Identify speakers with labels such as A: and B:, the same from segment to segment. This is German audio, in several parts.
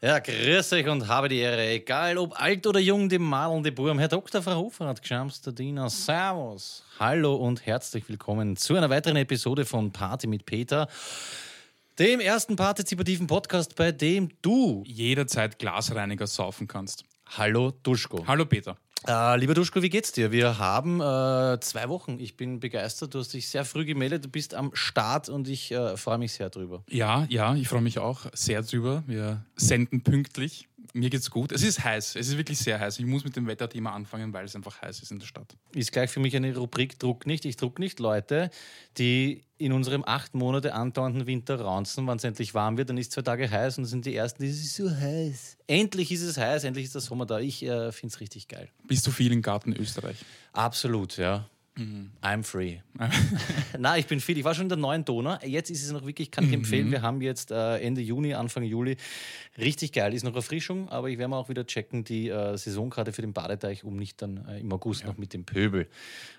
A: Ja, grüß euch und habe die Ehre. Egal ob alt oder jung, die malende Burm. Herr Dr. Frau Hofer hat geschamster Diener. Servus. Hallo und herzlich willkommen zu einer weiteren Episode von Party mit Peter. Dem ersten partizipativen Podcast, bei dem du,
B: jederzeit Glasreiniger saufen kannst.
A: hallo Duschko.
B: Hallo Peter.
A: Äh, lieber Duschko, wie geht's dir? Wir haben äh, zwei Wochen. Ich bin begeistert. Du hast dich sehr früh gemeldet. Du bist am Start und ich äh, freue mich sehr drüber.
B: Ja, ja, ich freue mich auch sehr drüber. Wir senden pünktlich. Mir geht's gut. Es ist heiß. Es ist wirklich sehr heiß. Ich muss mit dem Wetterthema anfangen, weil es einfach heiß ist in der Stadt.
A: ist gleich für mich eine Rubrik Druck nicht. Ich druck nicht Leute, die in unserem acht Monate andauernden Winter raunzen, wann es endlich warm wird, dann ist zwei Tage heiß und dann sind die ersten, die es ist so heiß. Endlich ist es heiß, endlich ist der Sommer da. Ich äh, finde es richtig geil.
B: Bist du viel im Garten Österreich?
A: Absolut, ja. I'm free. Na, ich bin viel. Ich war schon in der neuen Donau. Jetzt ist es noch wirklich, kann ich empfehlen. Wir haben jetzt äh, Ende Juni, Anfang Juli. Richtig geil. Ist noch Erfrischung, aber ich werde mal auch wieder checken, die äh, Saisonkarte für den Badeteich, um nicht dann äh, im August noch mit dem Pöbel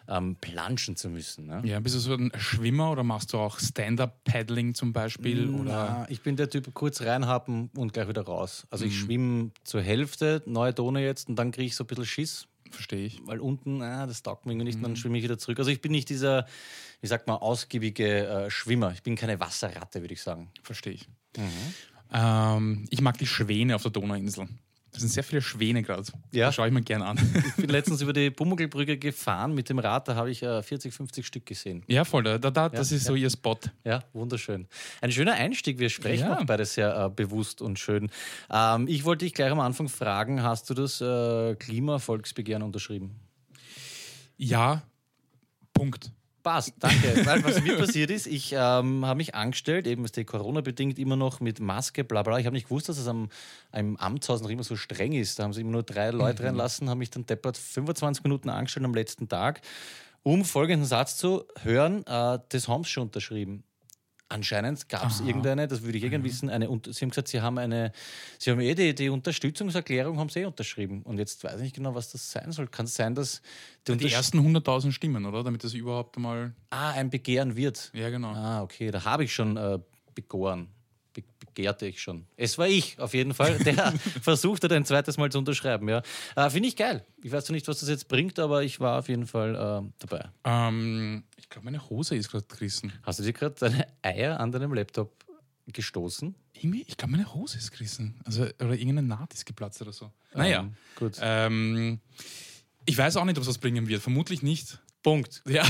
A: ähm, planschen zu müssen. Ne?
B: Ja, bist du so ein Schwimmer oder machst du auch Stand-up-Paddling zum Beispiel? Oder
A: Na, ich bin der Typ, kurz reinhappen und gleich wieder raus. Also ich schwimme zur Hälfte, neue Donau jetzt, und dann kriege ich so ein bisschen Schiss,
B: verstehe ich?
A: weil unten, ah, das taugt mir irgendwie nicht, und dann schwimme ich wieder zurück. Also ich bin nicht dieser, wie sagt man, ausgiebige äh, Schwimmer. Ich bin keine Wasserratte, würde ich sagen.
B: Verstehe ich. Mhm. Ähm, ich mag die Schwäne auf der Donauinsel. Da sind sehr viele Schwäne gerade.
A: Ja.
B: Das schaue ich mir gerne an.
A: Ich bin letztens über die Pummelbrücke gefahren mit dem Rad, da habe ich äh, 40, 50 Stück gesehen.
B: ja, voll. Da, da, das ist so ihr Spot.
A: Ja, wunderschön. Ein schöner Einstieg. Wir sprechen
B: Ja.
A: auch beide sehr äh, bewusst und schön. Ähm, ich wollte dich gleich am Anfang fragen, hast du das äh, Klimavolksbegehren unterschrieben?
B: Ja, Punkt.
A: Passt, danke. Weil was mir passiert ist, ich ähm, habe mich angestellt, eben ist die Corona-bedingt immer noch mit Maske, bla bla. Ich habe nicht gewusst, dass es am, am Amtshaus noch immer so streng ist. Da haben sie immer nur drei Leute reinlassen, haben mich dann deppert 25 Minuten angestellt am letzten Tag, um folgenden Satz zu hören, äh, das haben sie schon unterschrieben. Anscheinend gab es irgendeine, das würde ich eh gerne wissen, eine, Unter- sie haben gesagt, sie haben eine, sie haben eh die, die Unterstützungserklärung haben sie eh unterschrieben. Und jetzt weiß ich nicht genau, was das sein soll. Kann es sein, dass die,
B: Die
A: Untersch-
B: ersten 100.000 Stimmen, oder? Damit das überhaupt mal.
A: ah, ein Begehren wird.
B: Ja, genau.
A: Ah, okay, da habe ich schon äh, begoren. Be begehrte ich schon. Es war ich, auf jeden Fall, der versucht hat, ein zweites Mal zu unterschreiben. Ja. Äh, Finde ich geil. Ich weiß zwar nicht, was das jetzt bringt, aber ich war auf jeden Fall äh, dabei.
B: Ähm, ich glaube, meine Hose ist gerade gerissen.
A: Hast du dir gerade deine Eier an deinem Laptop gestoßen?
B: Irgendwie, ich glaube, meine Hose ist gerissen. Also, oder irgendeine Naht ist geplatzt oder so. Naja.
A: Ähm, gut.
B: Ähm, ich weiß auch nicht, ob es was bringen wird. Vermutlich nicht.
A: Punkt.
B: Ja.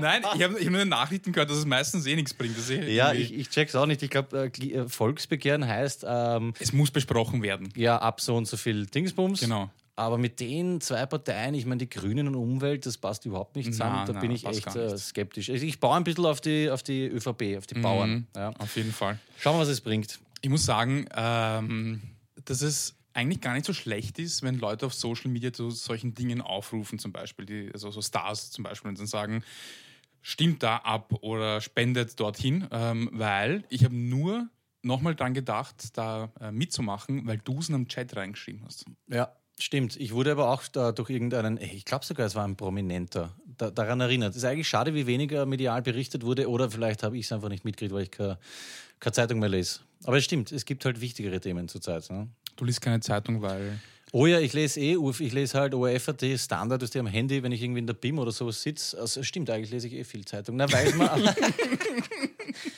B: Nein, ich habe ich hab nur in den Nachrichten gehört, dass es meistens eh nichts bringt. Das ist eh
A: Ja, ich,
B: irgendwie-
A: ich check's auch nicht. Ich glaube, äh, Kli- äh, Volksbegehren heißt, ähm,
B: Es muss besprochen werden.
A: ja, ab so und so viel Dingsbums.
B: Genau.
A: Aber mit den zwei Parteien, ich meine, die Grünen und Umwelt, das passt überhaupt nicht zusammen.
B: Na,
A: da
B: na,
A: bin ich
B: passt
A: echt
B: gar
A: äh,
B: nicht. Mhm.
A: skeptisch. Ich, ich baue ein bisschen auf die, auf die ÖVP, auf die Bauern. Ja.
B: Auf jeden Fall.
A: Schauen wir, was es bringt.
B: Ich muss sagen, ähm, dass es eigentlich gar nicht so schlecht ist, wenn Leute auf Social Media zu solchen Dingen aufrufen, zum Beispiel, die, also so Stars zum Beispiel, und dann sagen, stimmt da ab oder spendet dorthin, ähm, weil ich habe nur nochmal dran gedacht, da äh, mitzumachen, weil du es in einem Chat reingeschrieben hast.
A: Ja, stimmt. Ich wurde aber auch da durch irgendeinen, äh, ich glaube sogar, es war ein Prominenter, da, daran erinnert. Ist eigentlich schade, wie weniger medial berichtet wurde oder vielleicht habe ich es einfach nicht mitgekriegt, weil ich keine keine Zeitung mehr lese. Aber es stimmt, es gibt halt wichtigere Themen zurzeit. Ne?
B: Du liest keine Zeitung, weil
A: Oh ja, ich lese eh, Uf, ich lese halt ORFAT Standard, das die am Handy, wenn ich irgendwie in der BIM oder sowas sitze. Also stimmt, eigentlich lese ich eh viel Zeitung. Na, weil man,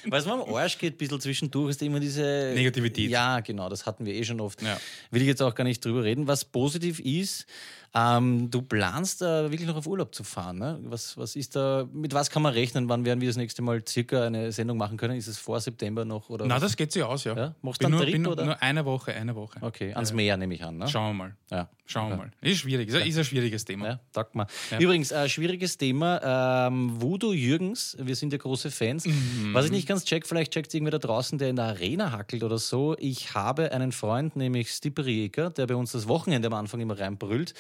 A: weil's man am Arsch geht, ein bisschen zwischendurch ist immer diese...
B: Negativität.
A: Ja, genau, das hatten wir eh schon oft.
B: Ja.
A: Will ich jetzt auch gar nicht drüber reden. Was positiv ist, ähm, du planst äh, wirklich noch auf Urlaub zu fahren. Ne? Was, was ist da, mit was kann man rechnen? Wann werden wir das nächste Mal circa eine Sendung machen können? Ist es vor September noch? Oder
B: Na,
A: was?
B: das geht sich aus, ja.
A: Ja? Machst
B: Bin
A: du einen
B: nur,
A: Trip,
B: bin nur-
A: oder?
B: nur eine Woche, eine Woche.
A: Okay, ans Meer nehme ich an. Ne?
B: Schauen wir mal.
A: Ja.
B: Schauen wir mal. Ist schwierig, ist, ist ein schwieriges Thema.
A: Ja, sagt man. Übrigens, äh, schwieriges Thema. Ähm, Voodoo Jürgens, wir sind ja große Fans.
B: Mhm.
A: Was ich nicht ganz check, vielleicht checkt irgendwer da draußen, der in der Arena hackelt oder so. Ich habe einen Freund, nämlich Stipperieker, der bei uns das Wochenende am Anfang immer reinbrüllt.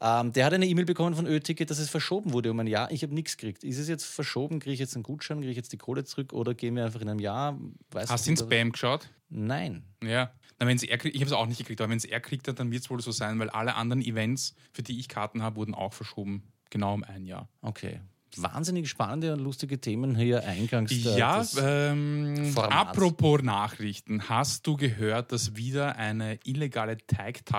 A: Ähm, der hat eine E-Mail bekommen von Ö-Ticket, dass es verschoben wurde um ein Jahr. Ich habe nichts gekriegt. Ist es jetzt verschoben? Kriege ich jetzt einen Gutschein? Kriege ich jetzt die Kohle zurück? Oder gehen wir einfach in einem Jahr? Weiß
B: Hast du
A: ich
B: ins
A: nicht.
B: Spam geschaut?
A: Nein.
B: Ja. Na, wenn's er kriegt, ich habe es auch nicht gekriegt, aber wenn es er kriegt, hat, dann wird es wohl so sein, weil alle anderen Events, für die ich Karten habe, wurden auch verschoben. Genau um ein Jahr.
A: Okay. wahnsinnig spannende und lustige Themen hier eingangs. äh, der-
B: Ja,
A: des-
B: ähm,
A: Formats.
B: apropos Nachrichten, hast du gehört, dass wieder eine illegale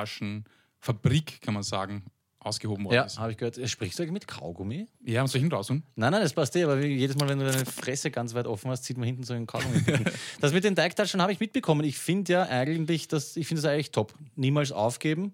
B: Teigtaschenfabrik, kann man sagen, ausgehoben worden
A: ja
B: ist?
A: habe ich gehört. Äh, Sprichst du eigentlich mit Kaugummi?
B: Ja, soll ich ihn rausholen?
A: Nein, nein, das passt eh, aber wie- jedes Mal, wenn du deine Fresse ganz weit offen hast, sieht man hinten so einen Kaugummi. das mit den Teigtaschen habe ich mitbekommen. Ich finde ja eigentlich, das, ich finde das eigentlich top. Niemals aufgeben.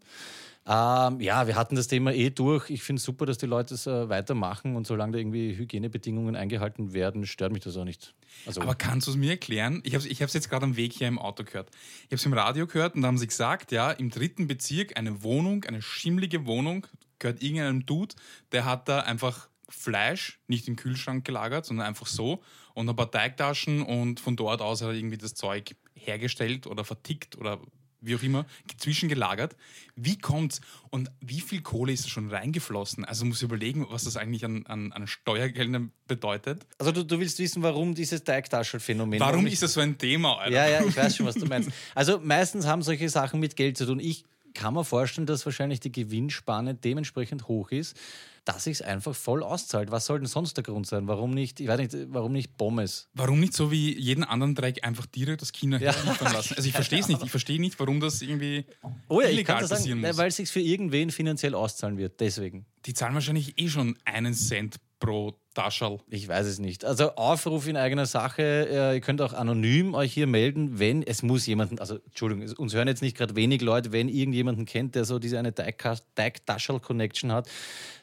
A: Ähm, ja, wir hatten das Thema eh durch. Ich finde es super, dass die Leute es äh, weitermachen und solange da irgendwie Hygienebedingungen eingehalten werden, stört mich das auch nicht. Also,
B: Aber kannst du es mir erklären? Ich habe es jetzt gerade am Weg hier im Auto gehört. Ich habe es im Radio gehört und da haben sie gesagt, ja, im dritten Bezirk eine Wohnung, eine schimmelige Wohnung, gehört irgendeinem Dude, der hat da einfach Fleisch, nicht im Kühlschrank gelagert, sondern einfach so und ein paar Teigtaschen und von dort aus hat er irgendwie das Zeug hergestellt oder vertickt oder wie auch immer, zwischengelagert. Wie kommt's und wie viel Kohle ist da schon reingeflossen? Also muss ich überlegen, was das eigentlich an, an, an Steuergeldern bedeutet.
A: also du, du willst wissen, warum dieses Teigtaschenphänomen.
B: Warum ist das so ein Thema, Alter?
A: Ja, ja, ich weiß schon, was du meinst. Also meistens haben solche Sachen mit Geld zu tun. Ich kann mir vorstellen, dass wahrscheinlich die Gewinnspanne dementsprechend hoch ist, dass sich es einfach voll auszahlt. Was soll denn sonst der Grund sein? Warum nicht, ich weiß nicht, warum nicht Pommes?
B: Warum nicht so wie jeden anderen Dreck einfach direkt aus China
A: Ja.
B: liefern lassen? Also ich verstehe es nicht. Ich verstehe nicht, warum das irgendwie
A: Oh ja, ich kann
B: illegal
A: das
B: passieren
A: sagen,
B: muss.
A: weil es sich für irgendwen finanziell auszahlen wird. Deswegen.
B: Die zahlen wahrscheinlich eh schon einen Cent pro Taschel.
A: Ich weiß es nicht. Also Aufruf in eigener Sache. Äh, Ihr könnt auch anonym euch hier melden, wenn es muss jemanden, also Entschuldigung, es- uns hören jetzt nicht gerade wenig Leute, wenn irgendjemanden kennt, der so diese eine Teigtaschel-Connection hat,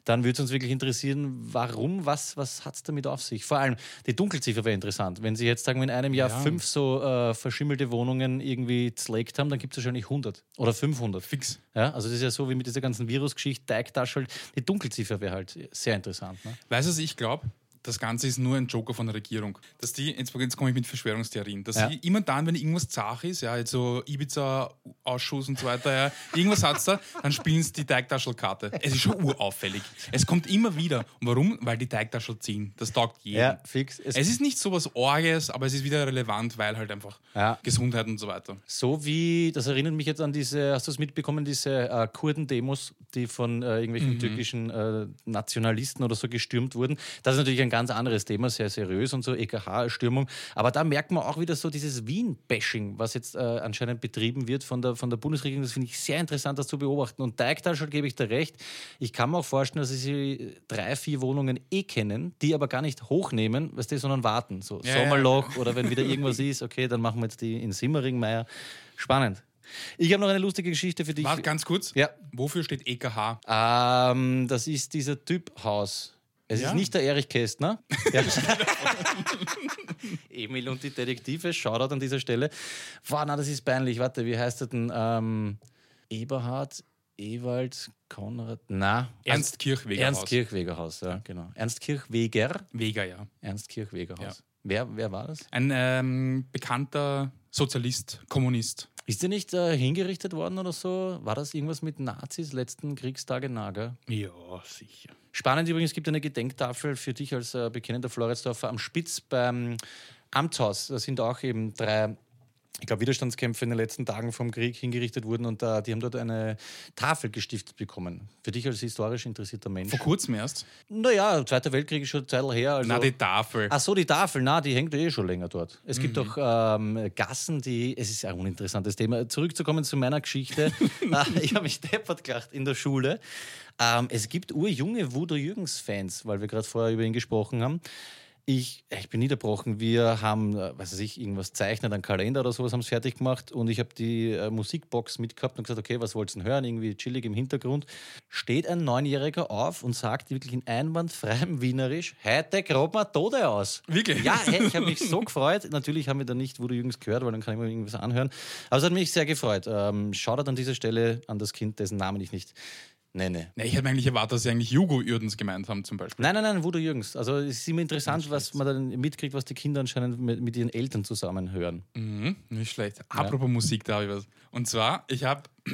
A: dann würde es uns wirklich interessieren, warum, was, was hat es damit auf sich? Vor allem, die Dunkelziffer wäre interessant. Wenn Sie jetzt sagen, wir in einem Jahr
B: Ja.
A: fünf so äh, verschimmelte Wohnungen irgendwie zlegt haben, dann gibt es wahrscheinlich 100 oder 500.
B: Fix.
A: Ja, also das ist ja so wie mit dieser ganzen Virusgeschichte, Teigtaschel. Die Dunkelziffer wäre halt sehr interessant. Ne?
B: Weißt du, was ich glaube? Das Ganze ist nur ein Joker von der Regierung. Dass die, jetzt, jetzt komme ich mit Verschwörungstheorien, dass
A: Ja.
B: sie immer dann, wenn irgendwas zach ist, ja, jetzt so Ibiza-Ausschuss und so weiter, ja, irgendwas hat's da, dann spielen sie die Teigtaschelkarte. Es ist schon urauffällig. Es kommt immer wieder. Und warum? Weil die Teigtaschel ziehen. Das taugt jedem.
A: Ja, fix. Es
B: Es ist nicht so was Orges, aber es ist wieder relevant, weil halt einfach
A: Ja.
B: Gesundheit und so weiter.
A: So wie, das erinnert mich jetzt an diese, hast du es mitbekommen, diese äh, Kurden-Demos, die von äh,
B: Mhm.
A: irgendwelchen türkischen äh, Nationalisten oder so gestürmt wurden. Das ist natürlich ein ganz anderes Thema, sehr seriös und so, E EKH-Stürmung. Aber da merkt man auch wieder so dieses Wien-Bashing, was jetzt äh, anscheinend betrieben wird von der, von der Bundesregierung. Das finde ich sehr interessant, das zu beobachten. Und Teigtaschel gebe ich dir recht. Ich kann mir auch vorstellen, dass sie drei, vier Wohnungen eh kennen, die aber gar nicht hochnehmen, weißt du, sondern warten. So
B: Ja, ja.
A: Sommerloch. Loch oder wenn wieder irgendwas ist, okay, dann machen wir jetzt die in Simmeringmeier. Spannend. Ich habe noch eine lustige Geschichte für dich.
B: Warte ganz kurz.
A: Ja. Also
B: Wofür steht E EKH?
A: Ähm, das ist dieser Typ Haus. Es
B: Ja.
A: ist nicht der Erich Kästner. Ja. Emil und die Detektive, Shoutout an dieser Stelle. Wow, na, das ist peinlich. Warte, wie heißt er denn? Ähm, Eberhard, Ewald, Konrad, na.
B: Ernst Kirchweger.
A: Ernst
B: Haus.
A: Kirchwegerhaus, ja, genau. Ernst Kirchweger,
B: Weger, ja.
A: Ernst Kirchwegerhaus.
B: Ja.
A: Wer, wer war das?
B: Ein ähm, bekannter Sozialist, Kommunist.
A: Ist der nicht äh, hingerichtet worden oder so? War das irgendwas mit Nazis letzten Kriegstage Nager?
B: Ja, sicher.
A: Spannend übrigens, es gibt eine Gedenktafel für dich als äh, bekennender Floridsdorfer am Spitz beim Amtshaus. Da sind auch eben drei, ich glaube, Widerstandskämpfer in den letzten Tagen vom Krieg hingerichtet wurden und äh, die haben dort eine Tafel gestiftet bekommen. Für dich als historisch interessierter Mensch.
B: Vor kurzem erst.
A: Naja, Zweiter Weltkrieg ist schon eine Zeit her. Also
B: Na, die Tafel.
A: Ach so, die Tafel, na, die hängt eh schon länger dort. Es gibt auch ähm, Gassen, die. Es ist ein uninteressantes Thema. Zurückzukommen zu meiner Geschichte. Äh, ich habe mich deppert gelacht in der Schule. Ähm, es gibt urjunge Wudo Jürgens-Fans, weil wir gerade vorher über ihn gesprochen haben. Ich, äh, ich bin niederbrochen. Wir haben, äh, was weiß ich, irgendwas zeichnet, einen Kalender oder sowas, haben es fertig gemacht und ich habe die äh, Musikbox mitgehabt und gesagt, okay, was wollt's denn hören? Irgendwie chillig im Hintergrund. Steht ein Neunjähriger auf und sagt wirklich in einwandfreiem Wienerisch, heute graben wir Tode aus.
B: Wirklich?
A: Ja, hey, ich habe mich so gefreut. Natürlich haben wir dann nicht Voodoo Jürgens gehört, weil dann kann ich mir irgendwas anhören. Aber es hat mich sehr gefreut. Ähm, Shoutout an dieser Stelle an das Kind, dessen Namen ich nicht nenne.
B: Na, ich hätte mir eigentlich erwartet, dass sie eigentlich Jugo-Ürdens gemeint haben, zum Beispiel.
A: Nein, nein, nein, Voodoo Jürgens. Also es ist immer interessant, was man dann mitkriegt, was die Kinder anscheinend mit, mit ihren Eltern zusammen hören.
B: Mhm, nicht schlecht. Apropos Musik, da habe ich was. Und zwar, ich habe,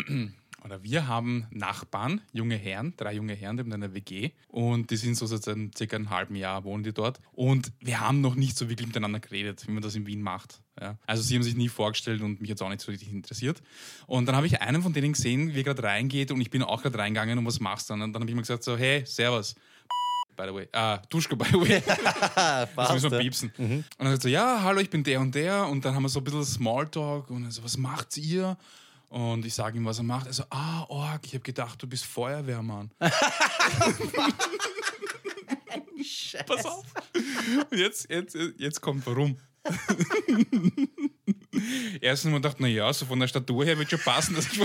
B: oder wir haben Nachbarn, junge Herren, drei junge Herren, die haben eine WG und die sind so seit einem, circa einem halben Jahr wohnen die dort. Und wir haben noch nicht so wirklich miteinander geredet, wie man das in Wien macht. Ja. Also sie haben sich nie vorgestellt und mich jetzt auch nicht so richtig interessiert. Und dann habe ich einen von denen gesehen, wie er gerade reingeht und ich bin auch gerade reingegangen und was machst du dann? Und dann habe ich mir gesagt so, hey, servus. by the way. Ah, Duschko, by the way. Das
A: Passt.
B: müssen
A: ja.
B: wir
A: Mhm.
B: piepsen. Und dann sagt so, ja, hallo, ich bin der und der. Und dann haben wir so ein bisschen Smalltalk und also, was macht ihr? Und ich sage ihm, was er macht. Also, ah, Org, ich habe gedacht, du bist Feuerwehrmann. Pass auf. Und jetzt, jetzt, jetzt kommt warum. Erstens mal dachte, naja, so von der Statur her wird schon passen, dass ich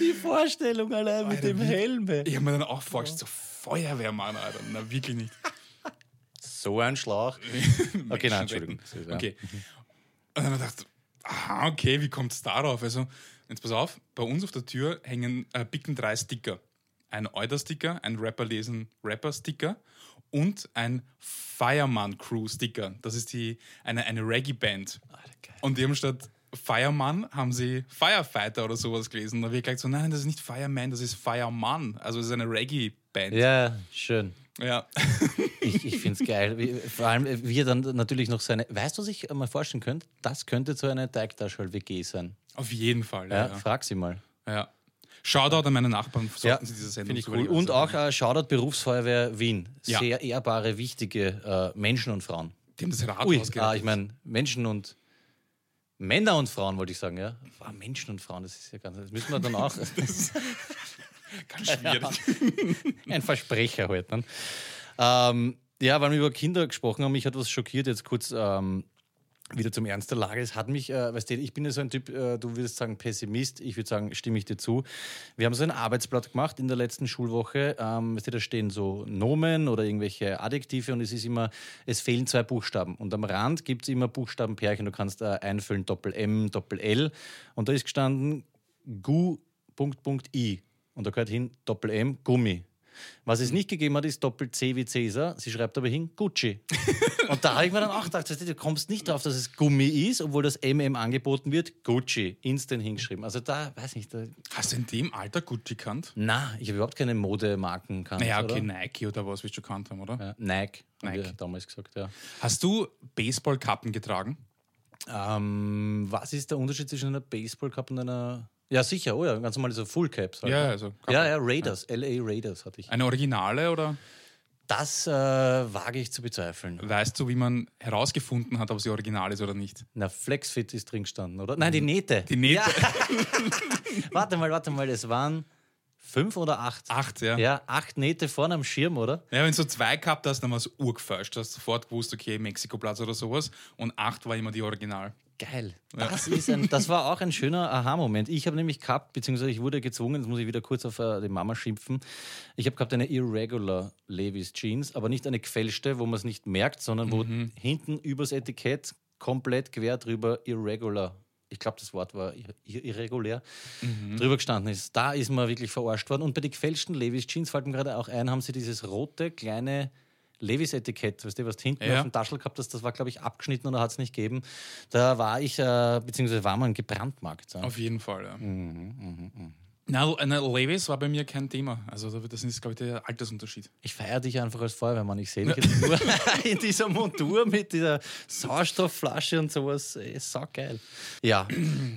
A: Die Vorstellung allein mit
B: Alter,
A: dem
B: wie-
A: Helm. ey.
B: Ich habe mir dann auch vorgestellt, so Feuerwehrmann, Alter. Na, wirklich nicht.
A: So ein Schlauch. Okay, nein, Entschuldigung.
B: Okay.
A: Mhm.
B: Und dann dachte ich, aha, okay, wie kommt es darauf? Also, jetzt pass auf, bei uns auf der Tür hängen, äh, bicken drei Sticker. Ein Euder-Sticker, ein Rapper-Lesen-Rapper-Sticker und ein Fireman-Crew-Sticker. Das ist die, eine, eine Reggae-Band.
A: Ah,
B: Und die haben statt Fireman haben sie Firefighter oder sowas gelesen. Da habe ich gleich so, nein, das ist nicht Fireman, das ist Fireman. Also es ist eine Reggae-Band.
A: Ja, schön.
B: ja.
A: Ich, ich finde es geil. Wie, vor allem, äh, wie er dann natürlich noch seine. Weißt du, was ich mal vorstellen könnte? Das könnte so eine Teigtaschel-WG sein.
B: Auf jeden Fall.
A: Ja,
B: Ja, ja.
A: Frag sie mal.
B: Ja. Shoutout an meine Nachbarn, sollten
A: Ja,
B: sie diese Sendung
A: Finde ich
B: zu
A: cool.
B: überleben.
A: Und auch äh, Shoutout Berufsfeuerwehr Wien.
B: Ja.
A: Sehr ehrbare, wichtige äh, Menschen und Frauen.
B: Die haben das Rad
A: Ui, ah,
B: ausgerechnet.
A: ich meine, Menschen und Männer und Frauen, wollte ich sagen, ja. Ah, Menschen und Frauen, das ist ja ganz. Das müssen wir dann auch.
B: Ganz schwierig.
A: ein Versprecher heute. Halt, ne? ähm, ja, weil wir über Kinder gesprochen haben, mich hat was schockiert, jetzt kurz ähm, wieder zum Ernst der Lage. Es hat mich, äh, weißt du, ich bin ja so ein Typ, äh, du würdest sagen Pessimist, ich würde sagen, stimme ich dir zu. Wir haben so ein Arbeitsblatt gemacht in der letzten Schulwoche. Ähm, weißt du, da stehen so Nomen oder irgendwelche Adjektive und es ist immer, es fehlen zwei Buchstaben. Und am Rand gibt es immer Buchstabenpärchen, du kannst äh, einfüllen Doppel-M, Doppel-L. Und da ist gestanden Gu, Punkt, Punkt, I. Und da gehört hin Doppel-M, Gummi. Was
B: Mhm.
A: es nicht gegeben hat, ist Doppel-C wie Cäsar. Sie schreibt aber hin Gucci. Und da habe ich mir dann auch gedacht, weißt du, du kommst nicht drauf, dass es Gummi ist, obwohl das MM angeboten wird. Gucci, instant hingeschrieben. Also da, weiß nicht, da,
B: Hast du in dem Alter Gucci kannt?
A: na, ich habe überhaupt keine Modemarken kannt,
B: Naja,
A: oder?
B: okay, Nike oder was wirst du kannt haben, oder?
A: Ja, Nike, haben
B: Nike.
A: wir damals gesagt, ja.
B: Hast du Baseballkappen getragen?
A: Ähm, was ist der Unterschied zwischen einer Baseball-Cup und einer... Ja, sicher, oh ja, ganz normal so Full-Caps. halt.
B: Ja, also. Kappen.
A: ja, ja, Raiders, L.A. Raiders hatte ich.
B: Eine Originale oder
A: Das äh, wage ich zu bezweifeln.
B: weißt du, wie man herausgefunden hat, ob sie original ist oder nicht?
A: Na, Flexfit ist drin gestanden, oder? Nein, die Nähte.
B: Mhm. Die Nähte.
A: Warte mal, warte mal, es waren fünf oder acht.
B: Acht, ja. Ja,
A: Ja, acht Nähte vorne am Schirm, oder?
B: wenn du so zwei gehabt hast, dann war es urgefälscht. Du hast sofort gewusst, okay, Mexikoplatz oder sowas. Und acht war immer die Original.
A: Geil. Das, ist ein, das war auch ein schöner Aha-Moment. Ich habe nämlich gehabt, beziehungsweise ich wurde gezwungen, jetzt muss ich wieder kurz auf äh, die Mama schimpfen. Ich habe gehabt eine Irregular Levi's Jeans, aber nicht eine gefälschte, wo man es nicht merkt, sondern wo hinten übers Etikett komplett quer drüber Irregular. Ich glaube, das Wort war ir ir- irregulär. drüber gestanden ist. Da ist man wirklich verarscht worden. Und bei den gefälschten Levis Jeans fällt mir gerade auch ein, haben sie dieses rote kleine Levis Etikett, weißt du, was du hinten
B: Ja.
A: auf dem Taschel gehabt hast, das war, glaube ich, abgeschnitten oder hat es nicht gegeben. Da war ich, äh, beziehungsweise war man gebrandmarkt. Ja.
B: Auf jeden Fall, ja.
A: Mhm,
B: Na, eine Levis war bei mir kein Thema. Also da- das ist, glaube ich, der Altersunterschied.
A: Ich feiere dich einfach als Feuerwehrmann. Ich sehe dich jetzt nur in dieser Montur mit dieser Sauerstoffflasche und sowas. Ey, saugeil. Ja,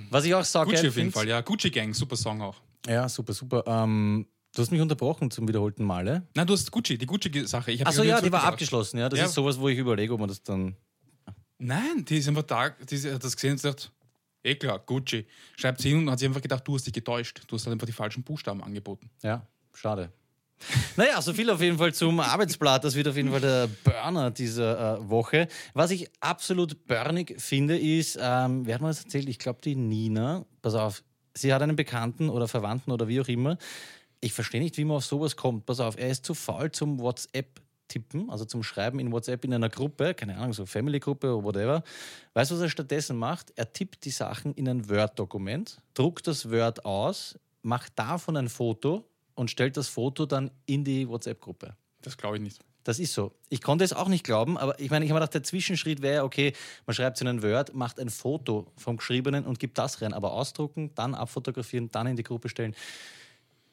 A: was ich auch saugeil
B: Gucci
A: finde.
B: auf jeden Fall, ja. Gucci Gang, super Song auch.
A: Ja, super, super. Ähm, du hast mich unterbrochen zum wiederholten Male.
B: Na, du hast Gucci, die Gucci-Sache. Ich hab
A: Achso,
B: mich noch
A: ja,
B: nie
A: die war
B: zurückgedacht.
A: abgeschlossen. Ja, das
B: Ja.
A: ist sowas, wo ich überlege, ob man das dann.
B: Nein, die ist einfach da, die ist- hat das gesehen und sagt, eh klar, Gucci. Schreibt sie hin und hat sich einfach gedacht, du hast dich getäuscht. Du hast halt einfach die falschen Buchstaben angeboten.
A: Ja, schade. Naja, so viel auf jeden Fall zum Arbeitsblatt. Das wird auf jeden Fall der Burner dieser äh, Woche. Was ich absolut burnig finde, ist, ähm, wer hat mir das erzählt? Ich glaube, die Nina, pass auf, sie hat einen Bekannten oder Verwandten oder wie auch immer. Ich verstehe nicht, wie man auf sowas kommt. Pass auf, er ist zu faul zum WhatsApp-Tippen, also zum Schreiben in WhatsApp in einer Gruppe, keine Ahnung, so Family-Gruppe oder whatever. Weißt du, was er stattdessen macht? Er tippt die Sachen in ein Word-Dokument, druckt das Word aus, macht davon ein Foto und stellt das Foto dann in die WhatsApp-Gruppe.
B: Das glaube ich nicht.
A: Das ist so. Ich konnte es auch nicht glauben, aber ich meine, ich habe mir gedacht, der Zwischenschritt wäre, okay, man schreibt es in ein Word, macht ein Foto vom Geschriebenen und gibt das rein, aber ausdrucken, dann abfotografieren, dann in die Gruppe stellen,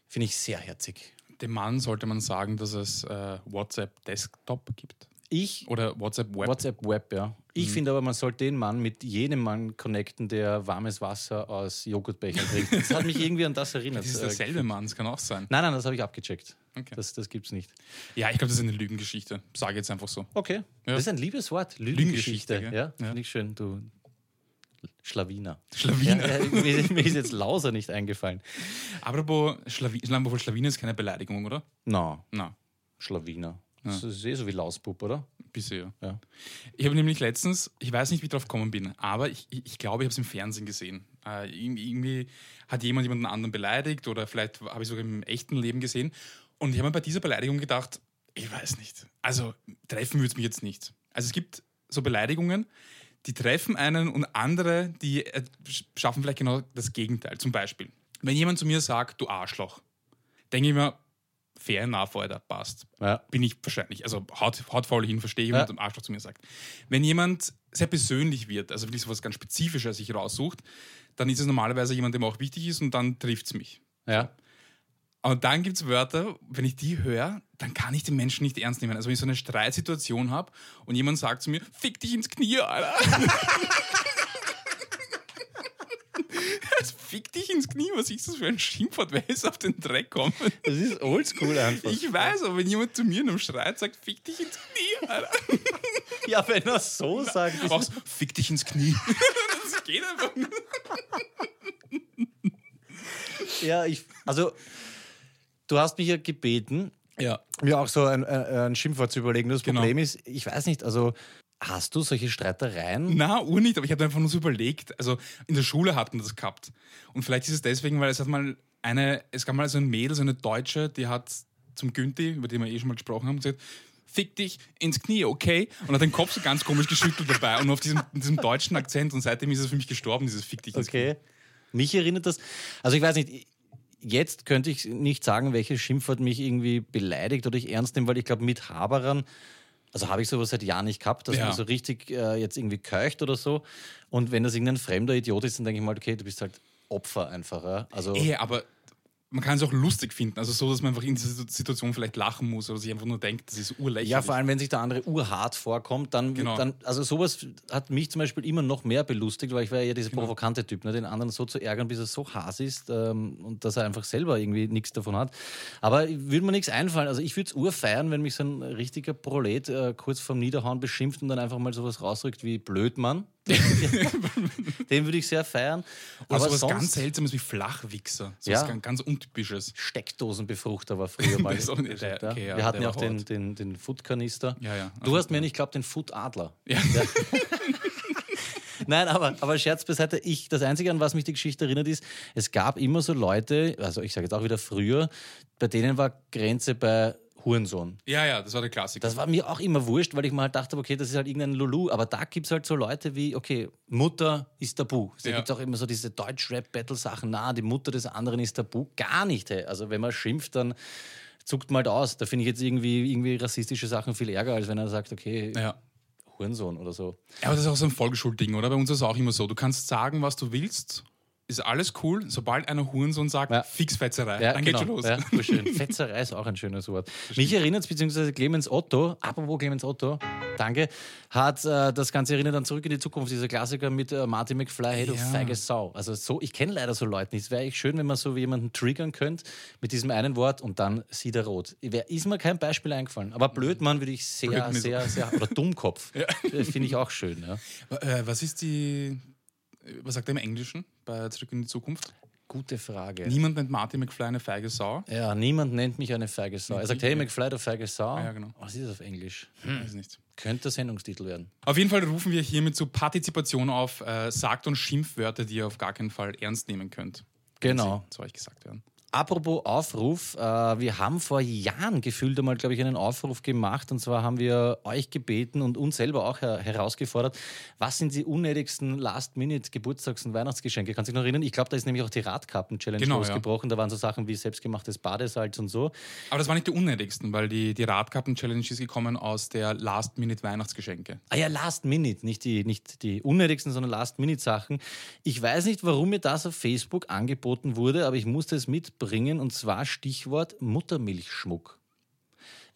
A: finde ich sehr herzig.
B: Dem Mann sollte man sagen, dass es äh, WhatsApp Desktop gibt.
A: Ich
B: Oder WhatsApp Web.
A: WhatsApp Web, ja. Ich
B: Mhm.
A: finde aber, man sollte den Mann mit jenem Mann connecten, der warmes Wasser aus Joghurtbechern trinkt. Das hat mich irgendwie an das erinnert.
B: das ist
A: Äh,
B: derselbe Mann, es kann auch sein.
A: Nein, nein, das habe ich abgecheckt.
B: Okay.
A: Das, das gibt's nicht.
B: Ja, ich glaube, das ist eine Lügengeschichte. Sage jetzt einfach so.
A: Okay. Das ist ein liebes Wort. Lügengeschichte.
B: Lügengeschichte, gell?
A: ja,
B: Ja.
A: finde ich schön, du Schlawiner.
B: Schlawiner.
A: Ja, ja, mir, mir ist jetzt Lauser nicht eingefallen.
B: Apropos, Schlawi Lambo Schlawiner ist keine Beleidigung, oder?
A: Na, no,
B: Na,
A: Schlawiner. Das ist eh so wie Lausbub, oder?
B: bisher.
A: Ja.
B: Ich habe nämlich letztens, ich weiß nicht, wie ich drauf gekommen bin, aber ich, ich ich glaube, ich habe es im Fernsehen gesehen. Äh, irg- irgendwie hat jemand jemanden anderen beleidigt oder vielleicht habe ich sogar im echten Leben gesehen. Und ich habe mir bei dieser Beleidigung gedacht, ich weiß nicht. Also treffen würde es mich jetzt nicht. Also es gibt so Beleidigungen, die treffen einen und andere, die äh, sch- schaffen vielleicht genau das Gegenteil. Zum Beispiel, wenn jemand zu mir sagt, du Arschloch, denke ich mir, fair enough, Alter, passt
A: Ja.
B: bin ich wahrscheinlich, also haut, hautfaul hin, verstehe ich,
A: Ja.
B: wenn ja. Arschloch zu mir sagt. Wenn jemand sehr persönlich wird, also wirklich so was ganz Spezifisches sich raussucht, dann ist es normalerweise jemand, dem auch wichtig ist und dann trifft es mich.
A: Ja.
B: Aber dann gibt es Wörter, wenn ich die höre, dann kann ich den Menschen nicht ernst nehmen. Also wenn ich so eine Streitsituation habe und jemand sagt zu mir, fick dich ins Knie, Alter. Das Also Fick dich ins Knie, was ist das für ein Schimpfwort? Wer ist auf den Dreck kommen?
A: Das ist oldschool einfach.
B: Ich weiß, aber wenn jemand zu mir in einem Streit sagt, fick dich ins Knie, Alter.
A: ja, wenn er so sagt, ist
B: Auch so, fick dich ins Knie. das geht einfach nicht.
A: Ja, ich, also du hast mich ja gebeten,
B: Ja.
A: mir auch so ein, ein, ein Schimpfwort zu überlegen. Das
B: Genau.
A: Problem ist, ich weiß nicht, also hast du solche Streitereien?
B: Na, ur nicht, aber ich habe einfach nur so überlegt. Also in der Schule hatten das gehabt. Und vielleicht ist es deswegen, weil es hat mal eine, es gab mal so ein Mädel, so eine Deutsche, die hat zum Günthi, über den wir eh schon mal gesprochen haben, gesagt, fick dich ins Knie, okay? Und hat den Kopf so ganz komisch geschüttelt dabei und auf diesem, diesem deutschen Akzent und seitdem ist es für mich gestorben, dieses fick dich ins
A: Okay. Mich erinnert das, also ich weiß nicht, ich- jetzt könnte ich nicht sagen, welches Schimpfwort mich irgendwie beleidigt oder ich ernst nehme, weil ich glaube, mit Haberern, also habe ich sowas seit Jahren nicht gehabt, dass
B: Ja.
A: man so richtig äh, jetzt irgendwie keucht oder so. Und wenn das irgendein fremder Idiot ist, dann denke ich mal, okay, du bist halt Opfer einfach. Ja? Also,
B: Knie. Ey, Eh, aber man kann es auch lustig finden. Also so, dass man einfach in dieser Situation vielleicht lachen muss oder sich einfach nur denkt, das ist urlächerlich.
A: Ja, vor allem, wenn sich der andere urhart vorkommt, dann,
B: Genau.
A: dann also sowas hat mich zum Beispiel immer noch mehr belustigt, weil ich war ja dieser
B: Genau.
A: provokante Typ, ne? den anderen so zu ärgern, bis er so hass ist ähm, und dass er einfach selber irgendwie nichts davon hat. Aber würde mir nichts einfallen. Also ich würde es urfeiern, wenn mich so ein richtiger Prolet äh, kurz vorm Niederhauen beschimpft und dann einfach mal sowas rausrückt wie Blödmann. den würde ich sehr feiern.
B: Oder
A: Aber
B: sowas
A: sonst
B: Also ganz Seltsames wie Flachwichser. So
A: Ja.
B: was ganz, ganz Untypisches.
A: Steckdosenbefruchter war früher mal.
B: Das ist auch nicht- der-
A: ja.
B: okay, ja,
A: Wir hatten
B: der
A: ja
B: war
A: auch den,
B: hart.
A: den, den Food-Kanister.
B: Ja, ja. also
A: Du hast mir nicht glaubt, den Food-Adler.
B: Ja.
A: Nein, aber, aber Scherz beiseite, ich, das Einzige, an was mich die Geschichte erinnert, ist, es gab immer so Leute, also ich sage jetzt auch wieder früher, bei denen war Grenze bei Hurensohn.
B: ja, ja, das war der Klassiker.
A: Das war mir auch immer wurscht, weil ich mir halt dachte, okay, das ist halt irgendein Lulu, aber da gibt es halt so Leute wie, okay, Mutter ist tabu. Also Da
B: Ja.
A: gibt es auch immer so diese Deutsch-Rap-Battle-Sachen, na, die Mutter des anderen ist tabu. Gar nicht, hey. Also wenn man schimpft, dann zuckt man halt aus. Da finde ich jetzt irgendwie, irgendwie rassistische Sachen viel ärger, als wenn er sagt, okay,
B: ja.
A: Hurensohn oder so.
B: Ja, Aber das ist auch so ein Folgeschulding, oder? Bei uns ist es auch immer so. Du kannst sagen, was du willst, ist alles cool. Sobald einer Hurensohn sagt,
A: Ja.
B: Fixfetzerei,
A: Ja,
B: dann
A: genau.
B: geht's schon los.
A: Ja, voll schön. Fetzerei ist auch ein schönes Wort. Mich erinnert es, beziehungsweise Clemens Otto, apropos Clemens Otto, danke, hat äh, das Ganze erinnert an Zurück in die Zukunft, dieser Klassiker mit äh, Martin McFly, hey du
B: Ja.
A: feige Sau. Also so, ich kenne leider so Leute nicht. Es wäre echt schön, wenn man so wie jemanden triggern könnte mit diesem einen Wort und dann sieht er rot. Wär, ist mir kein Beispiel eingefallen, aber Blödmann würde ich sehr,
B: Mhm. Blödmann ist-
A: sehr, sehr, oder Dummkopf, Äh, finde ich auch schön. Ja.
B: Äh, was ist die. Was sagt er im Englischen bei Zurück in die Zukunft?
A: Gute Frage.
B: Niemand nennt Martin McFly eine feige Sau.
A: ja, niemand nennt mich eine feige Sau. Er sagt, hey McFly, du feige Sau.
B: Ja, genau.
A: Was ist das auf Englisch?
B: Weiß nicht.
A: Könnte der Sendungstitel werden.
B: Auf jeden Fall rufen wir hiermit zu Partizipation auf. Äh, sagt uns Schimpfwörter, die ihr auf gar keinen Fall ernst nehmen könnt. wenn
A: Genau.
B: sie Zu euch gesagt werden.
A: Apropos Aufruf, äh, wir haben vor Jahren gefühlt einmal, glaube ich, einen Aufruf gemacht. Und zwar haben wir euch gebeten und uns selber auch her herausgefordert, was sind die unnötigsten Last-Minute-Geburtstags- und Weihnachtsgeschenke? Kannst du dich noch erinnern? Ich glaube, da ist nämlich auch die Radkappen-Challenge
B: Genau, ja.
A: losgebrochen. Da waren so Sachen wie selbstgemachtes Badesalz und so.
B: Aber das war nicht die unnötigsten, weil die, die Radkappen-Challenge ist gekommen aus der Last-Minute-Weihnachtsgeschenke.
A: Ah ja, Last Minute, nicht die, nicht die unnötigsten, sondern Last Minute Sachen. Ich weiß nicht, warum mir das auf Facebook angeboten wurde, aber ich musste es mitbringen und zwar Stichwort Muttermilchschmuck.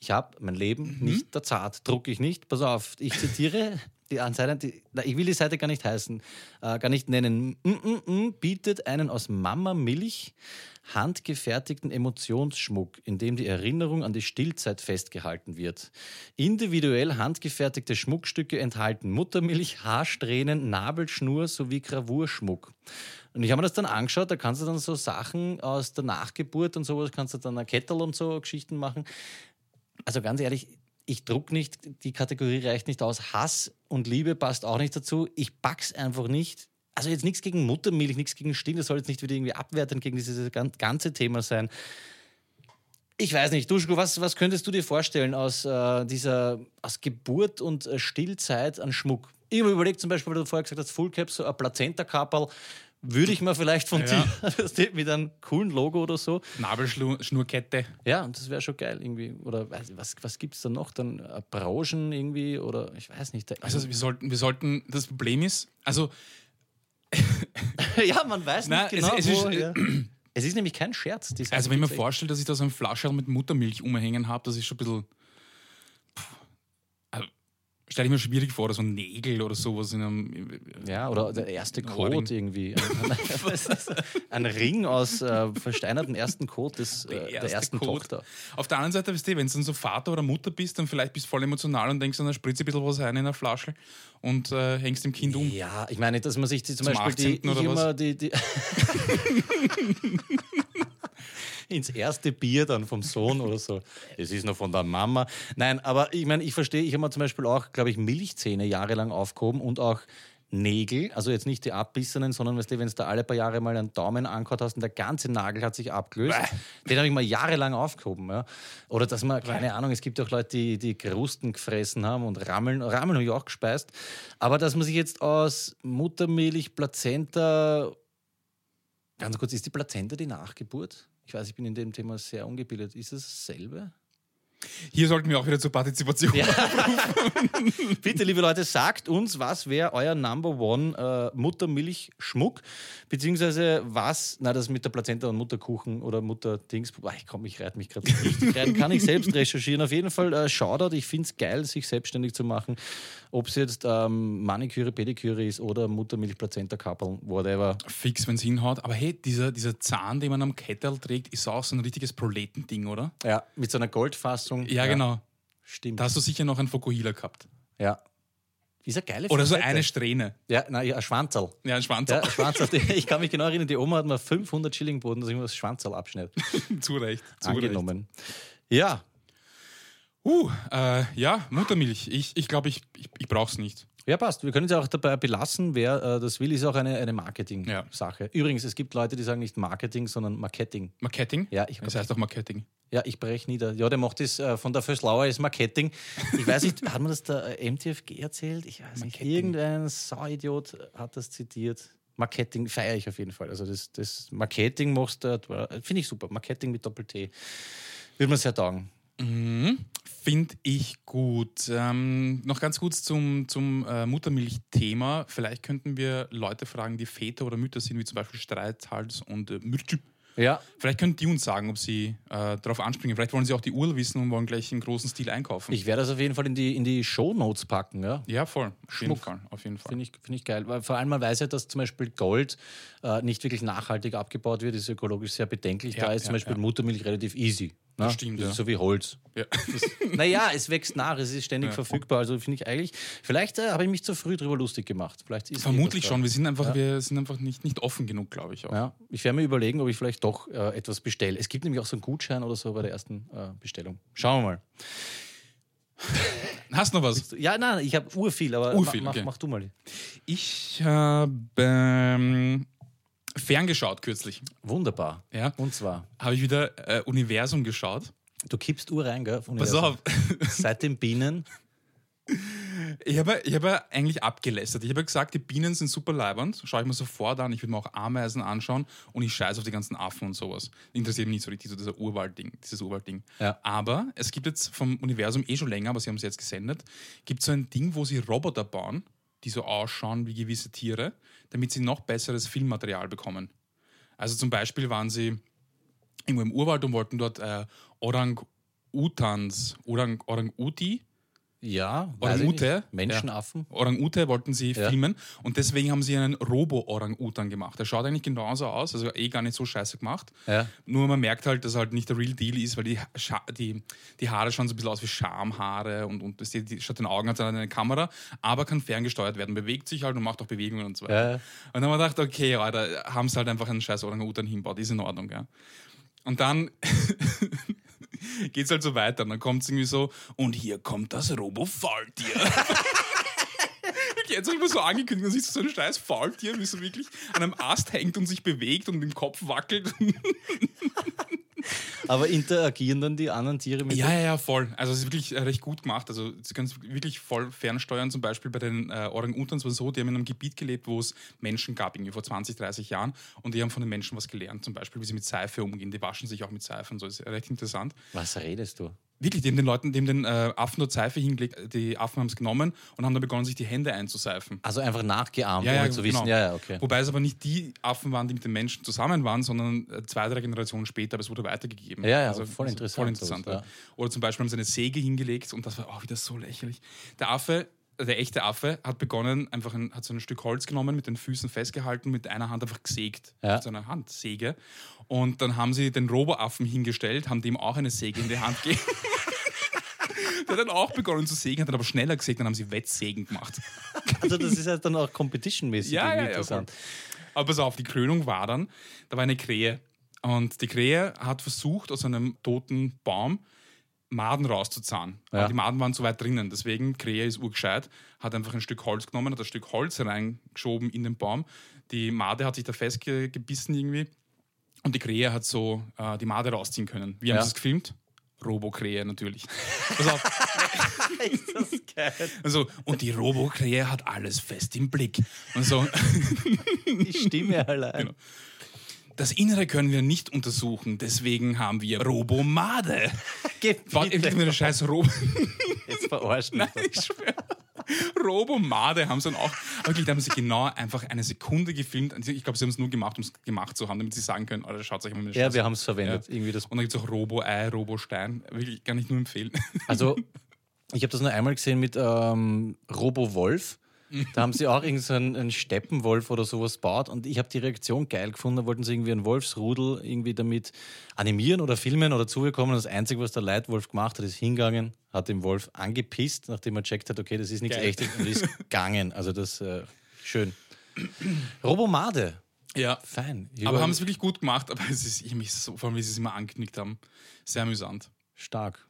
A: ich habe mein Leben nicht der Zart, drucke ich nicht. Pass auf, ich zitiere die anscheinend, die, na, ich will die Seite gar nicht heißen, äh, gar nicht nennen. Mm, mm, mm, bietet einen aus Mama Milch handgefertigten Emotionsschmuck, in dem die Erinnerung an die Stillzeit festgehalten wird. Individuell handgefertigte Schmuckstücke enthalten Muttermilch, Haarsträhnen, Nabelschnur sowie Gravurschmuck. Und ich habe mir das dann angeschaut, da kannst du dann so Sachen aus der Nachgeburt und sowas, kannst du dann ein Kettel und so Geschichten machen. Also ganz ehrlich, ich druck nicht, die Kategorie reicht nicht aus. Hass und Liebe passt auch nicht dazu. Ich pack's einfach nicht. Also jetzt nichts gegen Muttermilch, nichts gegen Stillen, das soll jetzt nicht wieder irgendwie abwertend gegen dieses gan- ganze Thema sein. Ich weiß nicht, Duschko, was, was könntest du dir vorstellen aus äh, dieser aus Geburt und äh, Stillzeit an Schmuck? Ich habe überlegt, zum Beispiel, weil du vorher gesagt hast, Fullcap, so ein Plazenta-Kaperl, würde ich mir vielleicht von
B: Ja.
A: dir, das steht mit einem coolen Logo oder so,
B: Nabelschnurkette.
A: ja, und das wäre schon geil irgendwie. Oder weiß ich, was, was gibt es da noch? Dann äh, Branchen irgendwie oder ich weiß nicht. Da-
B: Also wir sollten, wir sollten, das Problem ist, also
A: ja, man weiß
B: Na,
A: nicht genau.
B: es-
A: Es,
B: es
A: wo,
B: ist- äh,
A: ja. es ist nämlich kein Scherz. die Sache
B: Also wenn ich mir
A: gibt's echt.
B: vorstelle, dass ich da so ein Flascherl mit Muttermilch umhängen habe, das ist schon ein bisschen... Puh. Also, Stelle ich mir schwierig vor, oder so Nägel oder sowas in einem...
A: Ja, oder der erste
B: Ohrring.
A: Code irgendwie. Ein Ring aus äh, versteinerten ersten Code des, äh,
B: Der
A: der,
B: erste
A: ersten
B: Code.
A: Tochter.
B: Auf der anderen Seite, weißt du, wenn du dann so Vater oder Mutter bist, dann vielleicht bist du voll emotional und denkst, dann spritze ich ein bisschen was rein in eine Flasche und äh, hängst dem Kind um.
A: Ja, ich meine, dass man sich die, zum,
B: Zum
A: Beispiel
B: 18.
A: die, ich
B: oder was?
A: immer die, die ins erste Bier dann vom Sohn oder so. Es ist noch von der Mama. Nein, aber ich meine, ich verstehe, ich habe mir zum Beispiel auch, glaube ich, Milchzähne jahrelang aufgehoben und auch Nägel, also jetzt nicht die abbissenen, sondern weißt du, wenn du da alle paar Jahre mal einen Daumen angehört hast und der ganze Nagel hat sich abgelöst, den habe ich mal jahrelang aufgehoben. Ja. Oder dass man, keine Ahnung, es gibt auch Leute, die, die Krusten gefressen haben und Rammeln, Rammeln habe ich auch gespeist, aber dass man sich jetzt aus Muttermilch, Plazenta Ganz kurz, ist die Plazenta die Nachgeburt? Ich weiß, ich bin in dem Thema sehr ungebildet. Ist es dasselbe?
B: Hier sollten wir auch wieder zur Partizipation.
A: Bitte, liebe Leute, sagt uns, was wäre euer Number One äh, Muttermilch-Schmuck? Beziehungsweise was, na, das mit der Plazenta und Mutterkuchen oder Mutterdings. Boah, ich komm, ich reite mich gerade richtig rein. Kann ich selbst recherchieren. Auf jeden Fall, äh, Shoutout, ich finde es geil, sich selbstständig zu machen. Ob es jetzt ähm, Maniküre, Pediküre ist oder Muttermilch, Plazenta, Kappeln, whatever.
B: Fix, wenn es hinhaut. Aber hey, dieser, dieser Zahn, den man am Kettel trägt, ist auch so ein richtiges Proletending, oder?
A: Ja, mit so einer Goldfassung.
B: Ja, genau.
A: Stimmt.
B: Da hast du sicher noch einen Fokuhila gehabt.
A: ja. Ist eine geile
B: Oder so
A: Facette.
B: eine Strähne.
A: Ja, nein, ja, ein Schwanzerl.
B: Ja, ein Schwanz.
A: Ja, ein Schwanzerl. Die- Ich kann mich genau erinnern, die Oma hat mir 500 Schilling geboten, dass ich mir das Schwanzerl abschneide.
B: zu Recht. Zu Recht.
A: Angenommen. Ja,
B: Uh, äh, ja, Muttermilch. Ich, ich glaube, ich, ich, ich brauche es nicht.
A: ja, passt. Wir können es ja auch dabei belassen. Wer äh, das will, ist auch eine, eine Marketing-Sache. Übrigens, es gibt Leute, die sagen nicht Marketing, sondern Marketing.
B: Marketing?
A: Ja, ich,
B: Das heißt auch Marketing.
A: ja, ich breche nieder. Ja, der macht das äh, von der Föslauer ist Marketing. Ich weiß nicht, hat man das der äh, MTFG erzählt? Ich weiß nicht.
B: Marketing.
A: Irgendein Sauidiot hat das zitiert. Marketing feiere ich auf jeden Fall. Also das, das Marketing machst du, äh, finde ich super. Marketing mit Doppel-T. Würde man sehr taugen.
B: Mhm. Finde ich gut. Ähm, noch ganz kurz zum, zum äh, Muttermilch-Thema. Vielleicht könnten wir Leute fragen, die Väter oder Mütter sind, wie zum Beispiel Streithals und äh, Mürtschü.
A: Ja,
B: Vielleicht können die uns sagen, ob sie äh, darauf anspringen. Vielleicht wollen sie auch die Uhr wissen und wollen gleich im großen Stil einkaufen.
A: ich werde das auf jeden Fall in die, in die Shownotes packen. Ja.
B: ja, voll. Auf jeden
A: Schmuck.
B: Fall. Auf jeden Fall.
A: Finde ich, find ich geil. Weil vor allem man weiß ja, dass zum Beispiel Gold äh, nicht wirklich nachhaltig abgebaut wird, ist ökologisch sehr bedenklich.
B: Ja,
A: da ist
B: ja,
A: zum Beispiel
B: ja.
A: Muttermilch relativ easy. ne?
B: Das stimmt,
A: Das
B: ja.
A: ist so wie Holz.
B: Ja.
A: Naja, es wächst nach, es ist ständig verfügbar. Also finde ich eigentlich, vielleicht äh, habe ich mich zu früh drüber lustig gemacht. Vielleicht ist
B: Vermutlich
A: etwas
B: schon. Wir sind einfach, wir sind einfach nicht, nicht offen genug, glaube ich. Auch.
A: Da. Ja, ich werde mir überlegen, ob ich vielleicht doch äh, etwas bestelle. Es gibt nämlich auch so einen Gutschein oder so bei der ersten äh, Bestellung. Schauen wir mal.
B: Hast du noch was?
A: Ja, nein, ich habe urviel, aber
B: Urviel,
A: ma mach,
B: okay.
A: mach du mal.
B: Ich habe ähm, ferngeschaut kürzlich.
A: Wunderbar.
B: Ja,
A: Und zwar,
B: habe ich wieder äh, Universum geschaut.
A: du kippst Uhr rein, gell? auf
B: Pass
A: Universum.
B: auf.
A: Seit den Bienen.
B: Ich habe ich habe eigentlich abgelästert. Ich habe gesagt, die Bienen sind super leibernd. Schaue ich mir sofort an. Ich will mir auch Ameisen anschauen und ich scheiße auf die ganzen Affen und sowas. Interessiert mich nicht so richtig, so dieser Urwaldding, dieses Urwaldding.
A: Ja.
B: Aber es gibt jetzt vom Universum eh schon länger, aber sie haben es jetzt gesendet, gibt so ein Ding, wo sie Roboter bauen, die so ausschauen wie gewisse Tiere, damit sie noch besseres Filmmaterial bekommen. Also zum Beispiel waren sie irgendwo im Urwald und wollten dort äh, Orang Orang-Utans, Orang- Orang-Uti,
A: Ja,
B: Orang
A: weiß ich
B: Ute.
A: nicht. Menschenaffen.
B: Orang-Ute wollten sie
A: Ja.
B: filmen und deswegen haben sie einen Robo-Orang-Utan gemacht. Der schaut eigentlich genauso aus, also eh gar nicht so scheiße gemacht.
A: Ja.
B: Nur man merkt halt, dass er halt nicht der Real Deal ist, weil die, Scha die, die Haare schauen so ein bisschen aus wie Schamhaare und, und das- die, die, statt den Augen hat er eine Kamera, aber kann ferngesteuert werden, bewegt sich halt und macht auch Bewegungen und so weiter.
A: Ja, ja.
B: Und dann haben wir gedacht, okay, Alter, haben sie halt einfach einen scheiß Orang-Utan hinbaut, ist in Ordnung, ja. Und dann geht's halt so weiter. Und dann kommt es irgendwie so, und hier kommt das Robo-Faultier. Jetzt habe Also ich mir so angekündigt, dass ich so ein scheiß Faultier, wie so wirklich an einem Ast hängt und sich bewegt und im Kopf wackelt.
A: Aber interagieren dann die anderen Tiere mit
B: ja, ja, ja, voll. Also es ist wirklich äh, recht gut gemacht. Also sie können es wirklich voll fernsteuern. Zum Beispiel bei den äh, Orang-Utans war es so, die haben in einem Gebiet gelebt, wo es Menschen gab, irgendwie vor 20, 30 Jahren. Und die haben von den Menschen was gelernt. Zum Beispiel, wie sie mit Seife umgehen. Die waschen sich auch mit Seife und so. Ist recht interessant.
A: Was redest du?
B: Wirklich, die haben den Leuten, die haben den äh, Affen dort Seife hingelegt. Die Affen haben es genommen und haben dann begonnen, sich die Hände einzuseifen.
A: Also einfach nachgeahmt, ohne zu wissen.
B: genau.
A: Ja, ja, okay.
B: Wobei es aber nicht die Affen waren, die mit den Menschen zusammen waren, sondern äh, zwei, drei Generationen später, aber es wurde weitergegeben. Also
A: Ja, ja, voll interessant
B: Voll interessant
A: sowas,
B: ja. Oder zum Beispiel haben sie eine Säge hingelegt und das war auch wieder so lächerlich. Der Affe, der echte Affe, hat begonnen, einfach ein, hat so ein Stück Holz genommen, mit den Füßen festgehalten, mit einer Hand einfach gesägt.
A: Ja.
B: Mit seiner Hand, Säge. Und dann haben sie den Roboaffen hingestellt, haben dem auch eine Säge in die Hand gegeben. Der hat dann auch begonnen zu sägen, hat dann aber schneller gesägt, dann haben sie Wettsägen gemacht.
A: Also das ist ja dann auch competitionmäßig
B: Ja,
A: irgendwie
B: ja, ja,
A: interessant.
B: Aber pass auf, die Krönung war dann, da war eine Krähe. Und die Krähe hat versucht, aus einem toten Baum Maden rauszuzahlen.
A: Ja.
B: Aber die Maden waren zu weit drinnen. Deswegen, Krähe ist urgescheit, hat einfach ein Stück Holz genommen, hat ein Stück Holz reingeschoben in den Baum. Die Made hat sich da festgebissen irgendwie. Und die Krähe hat so äh, die Made rausziehen können. Wie haben
A: Ja.
B: sie es gefilmt? Robo-Krähe natürlich. Pass auf.
A: ist das geil.
B: Also, und die Robo-Krähe hat alles fest im Blick. Und so.
A: Die Stimme halt allein.
B: Genau. Das Innere können wir nicht untersuchen, deswegen haben wir Robomade.
A: Geh
B: Warte, ich
A: bitte.
B: mir den scheiß Robo.
A: Jetzt verarscht mich. das.
B: Ich schwör. Robomade haben sie dann auch. Aber Wirklich, da haben sie genau einfach eine Sekunde gefilmt. Also Ich glaube, sie haben es nur gemacht, um es gemacht zu haben, damit sie sagen können, Alter, schaut euch mal mit
A: Ja, wir haben es verwendet.
B: Ja.
A: Irgendwie das
B: Und dann gibt es auch Robo-Ei, Robo-Stein. Wirklich, kann ich nur empfehlen.
A: Also, ich habe das nur einmal gesehen mit ähm, Robo Wolf. Da haben sie auch irgendeinen so einen- einen Steppenwolf oder sowas gebaut und ich habe die Reaktion geil gefunden. Da wollten sie irgendwie einen Wolfsrudel irgendwie damit animieren oder filmen oder zugekommen. Das Einzige, was der Leitwolf gemacht hat, ist hingegangen, hat den Wolf angepisst, nachdem er checkt hat, okay, das ist nichts
B: Geil.
A: Echtes und ist gegangen. Also, das äh, schön. Robomade,
B: Ja.
A: fein.
B: Aber
A: Überall
B: haben es wirklich gut gemacht, aber es ist, ich hab mich so, vor allem, wie sie es immer angeknickt haben, sehr amüsant.
A: stark.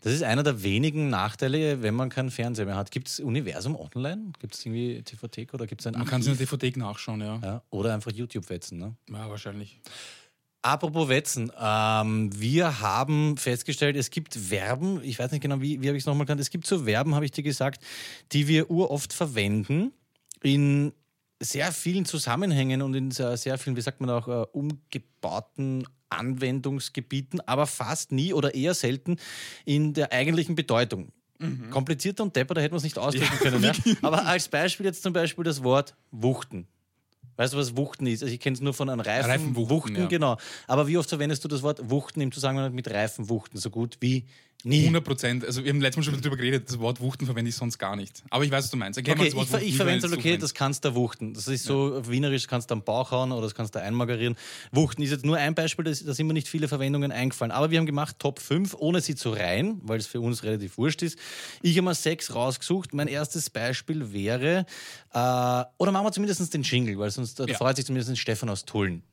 A: Das ist einer der wenigen Nachteile, wenn man keinen Fernseher mehr hat. Gibt es Universum online? Gibt es irgendwie TVT oder gibt es ein
B: Man kann es in der DVD nachschauen, ja.
A: Ja, oder einfach YouTube-Wetzen. Ne?
B: Ja, wahrscheinlich.
A: Apropos Wetzen, ähm, wir haben festgestellt, es gibt Verben, ich weiß nicht genau, wie, wie habe ich es nochmal genannt, es gibt so Verben, habe ich dir gesagt, die wir uroft verwenden in sehr vielen Zusammenhängen und in sehr, sehr vielen, wie sagt man auch, äh, umgebauten Anwendungsgebieten, aber fast nie oder eher selten in der eigentlichen Bedeutung. Komplizierter und depper, da hätten wir es nicht ausdrücken können. Ja? Aber als Beispiel jetzt zum Beispiel das Wort Wuchten. Weißt du, was Wuchten ist? Also ich kenne es nur von einem Reifen.
B: Reifenwuchten,
A: Wuchten,
B: ja.
A: genau. Aber wie oft verwendest du das Wort Wuchten im Zusammenhang mit Reifenwuchten? So gut wie nie.
B: 100 Prozent. Also, wir haben letztes Mal schon darüber geredet, das Wort Wuchten verwende ich sonst gar nicht. Aber ich weiß, was du meinst. Erklär mal
A: Okay,
B: das Wort
A: ich, ver ich
B: Wuchten,
A: verwende
B: wie
A: es,
B: man es
A: okay,
B: so
A: das kannst du wuchten. Das ist so wienerisch, kannst du am Bauch hauen oder das kannst du einmagerieren. Wuchten ist jetzt nur ein Beispiel, da ist- da sind mir nicht viele Verwendungen eingefallen. Aber wir haben gemacht Top 5, ohne sie zu reihen, weil es für uns relativ wurscht ist. Ich habe mal sechs rausgesucht. Mein erstes Beispiel wäre, äh, oder machen wir zumindest den Jingle, weil sonst äh,
B: Ja.
A: freut sich zumindest Stefan aus Tulln.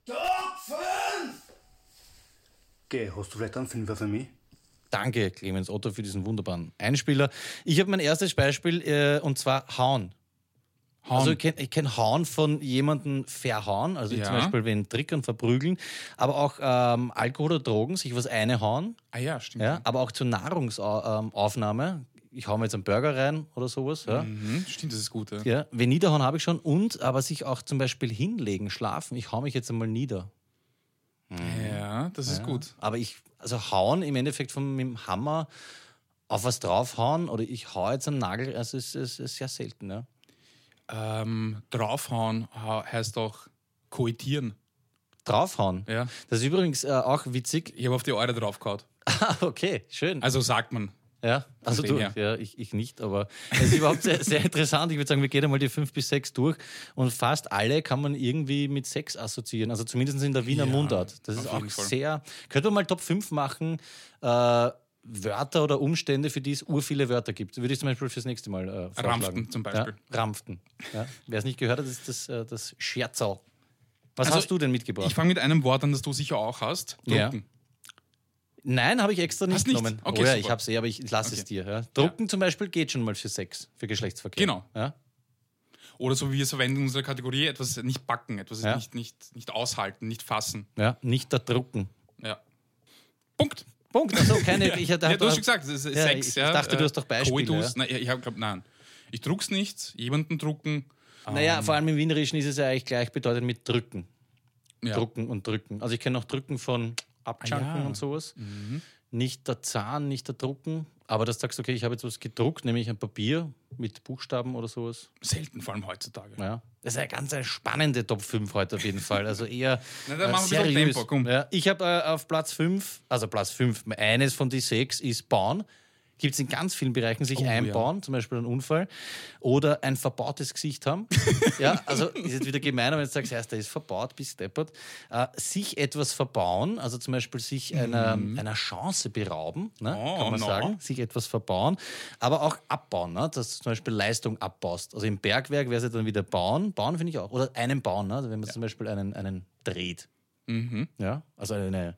C: Geh, hast du vielleicht einen Fünfer für mich?
A: Danke, Clemens Otto, für diesen wunderbaren Einspieler. Ich habe mein erstes Beispiel äh, und zwar Hauen.
B: nennt. Hauen.
A: Also ich kenne kenn Hauen von jemandem verhauen, also
B: Ja.
A: zum Beispiel wenn Trickern verprügeln, aber auch ähm, Alkohol oder Drogen, sich was eine hauen,
B: ah ja, stimmt.
A: ja, aber auch zur Nahrungsaufnahme. Ich hau mir jetzt einen Burger rein oder sowas. Ja.
B: Mhm, stimmt, das ist gut. Ja.
A: Ja, wenn niederhauen habe ich schon und aber sich auch zum Beispiel hinlegen, schlafen. Ich hau mich jetzt einmal nieder.
B: ja, das ist gut.
A: Aber ich, also hauen im Endeffekt von, mit dem Hammer auf was draufhauen oder ich hau jetzt am Nagel, also es ist, ist, ist sehr selten. Ja.
B: Ähm, draufhauen ha- heißt auch koitieren.
A: Draufhauen.
B: Ja.
A: Das ist übrigens äh, auch witzig.
B: Ich habe auf die Eure draufgehauen.
A: Ah, okay, schön.
B: Also sagt man.
A: Ja, also du,
B: Von dem
A: ja, ich, ich nicht, aber es ist überhaupt sehr, sehr interessant. Ich würde sagen, wir gehen einmal die fünf bis sechs durch und fast alle kann man irgendwie mit Sex assoziieren, also zumindest in der Wiener
B: Ja,
A: Mundart. Das
B: auf
A: ist auch
B: jeden Fall.
A: sehr. Könnte man mal Top 5 machen, äh, Wörter oder Umstände, für die es ur viele Wörter gibt. Würde ich zum Beispiel fürs nächste Mal äh, vorschlagen.
B: Rampften zum Beispiel.
A: Ja, Rampften. Ja. Wer es nicht gehört hat, ist das, äh, das Scherzau. Was
B: Also,
A: hast du denn
B: Ich
A: mitgebracht?
B: fange mit einem Wort an, das du sicher auch hast.
A: Ja.
B: Drucken.
A: Nein, habe ich extra nicht
B: Hast nicht?
A: genommen.
B: Okay,
A: oh, ja,
B: super.
A: ich habe es eh, aber ich lasse es
B: Okay.
A: dir. Ja. Drucken zum Beispiel geht schon mal für Sex, für Geschlechtsverkehr.
B: Genau.
A: Ja?
B: Oder so wie wir es verwenden in unserer Kategorie, etwas nicht backen, etwas
A: Ja.
B: nicht, nicht, nicht aushalten, nicht fassen.
A: ja, nicht da drucken.
B: Ja. Punkt.
A: Punkt. Also keine, ich ah, hatte,
B: Ja, du hast schon gesagt, es ist
A: Ja,
B: Sex.
A: ich
B: ja, Äh,
A: dachte, du hast doch Beispiele,
B: Koitus.
A: ja.
B: Nein, ich habe glaube, nein. Ich druck's nicht, jemanden drucken. Ah.
A: Naja, vor allem im Wienerischen ist es ja eigentlich gleichbedeutend mit drücken.
B: Ja.
A: Drucken und drücken. Also ich kenne auch drücken von Abschanken
B: Ah, ja.
A: und sowas. Nicht der Zahn, nicht der Drucken. Aber dass du sagst, okay, ich habe jetzt was gedruckt, nämlich ein Papier mit Buchstaben oder sowas.
B: Selten, vor allem heutzutage.
A: Ja. Das ist eine ganz eine spannende Top 5 heute auf jeden Fall. Also eher
B: Na, dann
A: äh,
B: machen wir ein bisschen
A: seriös.
B: Tempo, komm.
A: Ja, ich habe äh, auf Platz 5, also Platz 5, eines von die sechs ist Bauen. Gibt es in ganz vielen Bereichen sich einbauen, zum Beispiel einen Unfall oder ein verbautes Gesicht haben. ja, also ist jetzt wieder gemein, aber wenn du sagst, heißt, der ist verbaut, bist deppert. Äh, sich etwas verbauen, also zum Beispiel sich einer, einer Chance berauben, ne,
B: Oh,
A: kann man
B: na.
A: sagen sich etwas verbauen, aber auch abbauen, ne? dass du zum Beispiel Leistung abbaust. Also im Bergwerk wäre es ja dann wieder bauen. Bauen finde ich auch. Oder einen bauen, ne? also wenn man zum Beispiel einen, einen dreht.
B: Mhm.
A: Ja? Also eine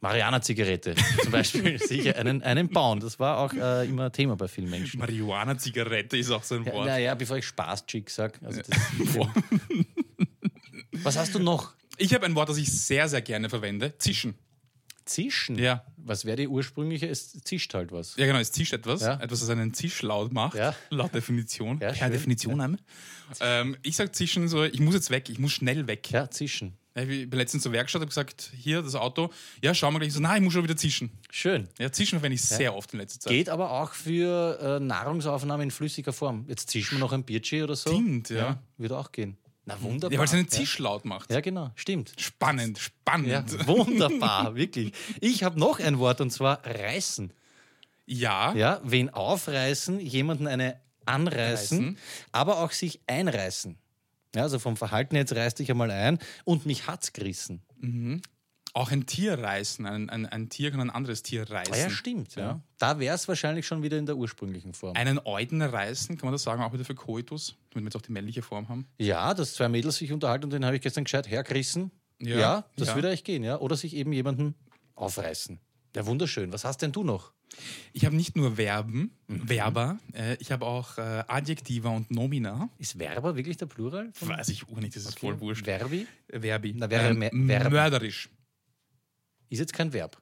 A: Mariana-Zigarette zum Beispiel. Sicher einen, einen bauen. Das war auch äh, immer Thema bei vielen Menschen.
B: Marihuana-Zigarette ist auch so ein
A: Ja,
B: Wort.
A: naja, bevor ich Spaß-Chick sage. Also das- Was hast du noch?
B: ich habe ein Wort, das ich sehr, sehr gerne verwende. Zischen.
A: Zischen?
B: Ja.
A: Was wäre die ursprüngliche? Es zischt halt was.
B: Ja, genau, es zischt etwas.
A: Ja.
B: Etwas, das einen Zischlaut macht.
A: Ja.
B: Laut Definition.
A: Ja,
B: per
A: schön.
B: Definition. Ja. Ähm, ich sag zischen so, ich muss jetzt weg, ich muss schnell weg.
A: Ja, zischen.
B: Ja, Ich bin letztens zur Werkstatt habe gesagt, hier das Auto, ja, schauen wir gleich. Ich so, nein, ich muss schon wieder zischen.
A: Schön.
B: Ja, zischen verwende ich sehr oft in letzter Zeit.
A: Geht aber auch für äh, Nahrungsaufnahme in flüssiger Form. Jetzt zischen wir noch ein Bierchen oder so.
B: Stimmt, ja.
A: Würde auch gehen. Na wunderbar.
B: Ja, weil es einen Zischlaut macht.
A: Ja, genau, stimmt.
B: Spannend, spannend.
A: Ja, wunderbar, wirklich. Ich habe noch ein Wort und zwar reißen.
B: Ja,
A: Ja, wen aufreißen, jemanden eine anreißen, aber auch sich einreißen. Ja, also vom Verhalten jetzt reiß dich einmal ein und mich hat's gerissen. Ah
B: auch ein Tier reißen. Ein, ein, ein Tier kann ein anderes Tier reißen.
A: Ah, ja, stimmt. Ja. Da wäre es wahrscheinlich schon wieder in der ursprünglichen Form.
B: Einen Euden reißen, kann man das sagen, auch wieder für Koitus, damit wir jetzt auch die männliche Form haben.
A: Ja, dass zwei Mädels sich unterhalten und den habe ich gestern gescheit hergerissen. Ja,
B: Ja,
A: das
B: ja.
A: würde echt gehen, ja. Oder sich eben jemanden aufreißen. Ja, wunderschön. Was hast denn du noch?
B: Ich habe nicht nur Verben, Verber, äh, ich habe auch äh, Adjektiva und Nomina.
A: Ist Werber wirklich der Plural? von-
B: Weiß ich auch nicht, das ist voll wurscht.
A: Verbi
B: Verbi. Ähm,
A: Na, wäre mehr- Verben.
B: mörderisch.
A: ist jetzt kein Verb.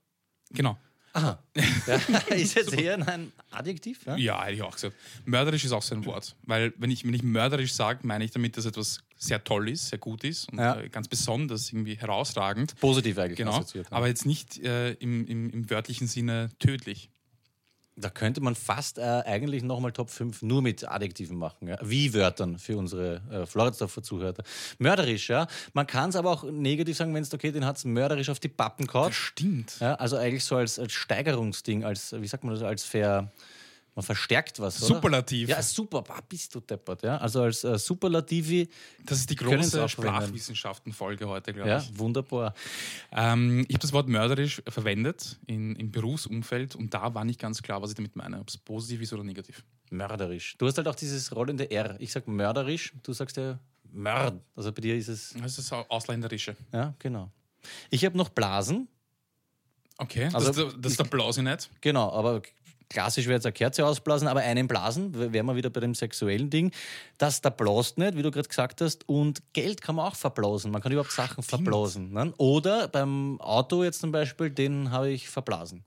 B: Genau.
A: Aha. Ja, ist jetzt eher ein Adjektiv? Ja?
B: Ja, hätte ich auch gesagt. Mörderisch ist auch so ein Wort. Weil, wenn ich, wenn ich mörderisch sage, meine ich damit, dass etwas sehr toll ist, sehr gut ist und
A: Ja.
B: äh, ganz besonders irgendwie herausragend.
A: Positiv eigentlich.
B: Genau.
A: assoziiert, ne?
B: Aber jetzt nicht äh, im, im, im wörtlichen Sinne tödlich.
A: Da könnte man fast äh, eigentlich nochmal Top 5 nur mit Adjektiven machen. Ja? Wie Wörtern für unsere äh, Floridsdorfer Zuhörer. Mörderisch, ja. Man kann es aber auch negativ sagen, wenn es okay, den hat es mörderisch auf die Pappen gehauen.
B: Stimmt.
A: Ja, also eigentlich so als, als Steigerungsding, als, wie sagt man das, als ver, man verstärkt was, oder?
B: Superlativ.
A: Ja, super, bah, bist du deppert, ja. Also als äh, Superlativi,
B: Das ist die
A: können's auch
B: große
A: verwenden.
B: Sprachwissenschaften-Folge heute, glaube
A: ja,
B: ich.
A: wunderbar.
B: Ähm, ich habe das Wort mörderisch verwendet in, im Berufsumfeld und da war nicht ganz klar, was ich damit meine, ob es positiv ist oder negativ.
A: Mörderisch. Du hast halt auch dieses rollende R. Ich sag mörderisch, du sagst ja Mörd. Also bei dir ist es,
B: Das ist au- ausländerische.
A: ja, genau. Ich habe noch Blasen,
B: Okay,
A: Also,
B: das, das, das ist der Blase nicht.
A: genau, aber klassisch wäre jetzt eine Kerze ausblasen, aber einen Blasen, w- wären wir wieder bei dem sexuellen Ding. Das da blast nicht, wie du gerade gesagt hast, und Geld kann man auch verblasen. Man kann überhaupt Sachen verblasen. Ne? Oder beim Auto jetzt zum Beispiel, den habe ich verblasen.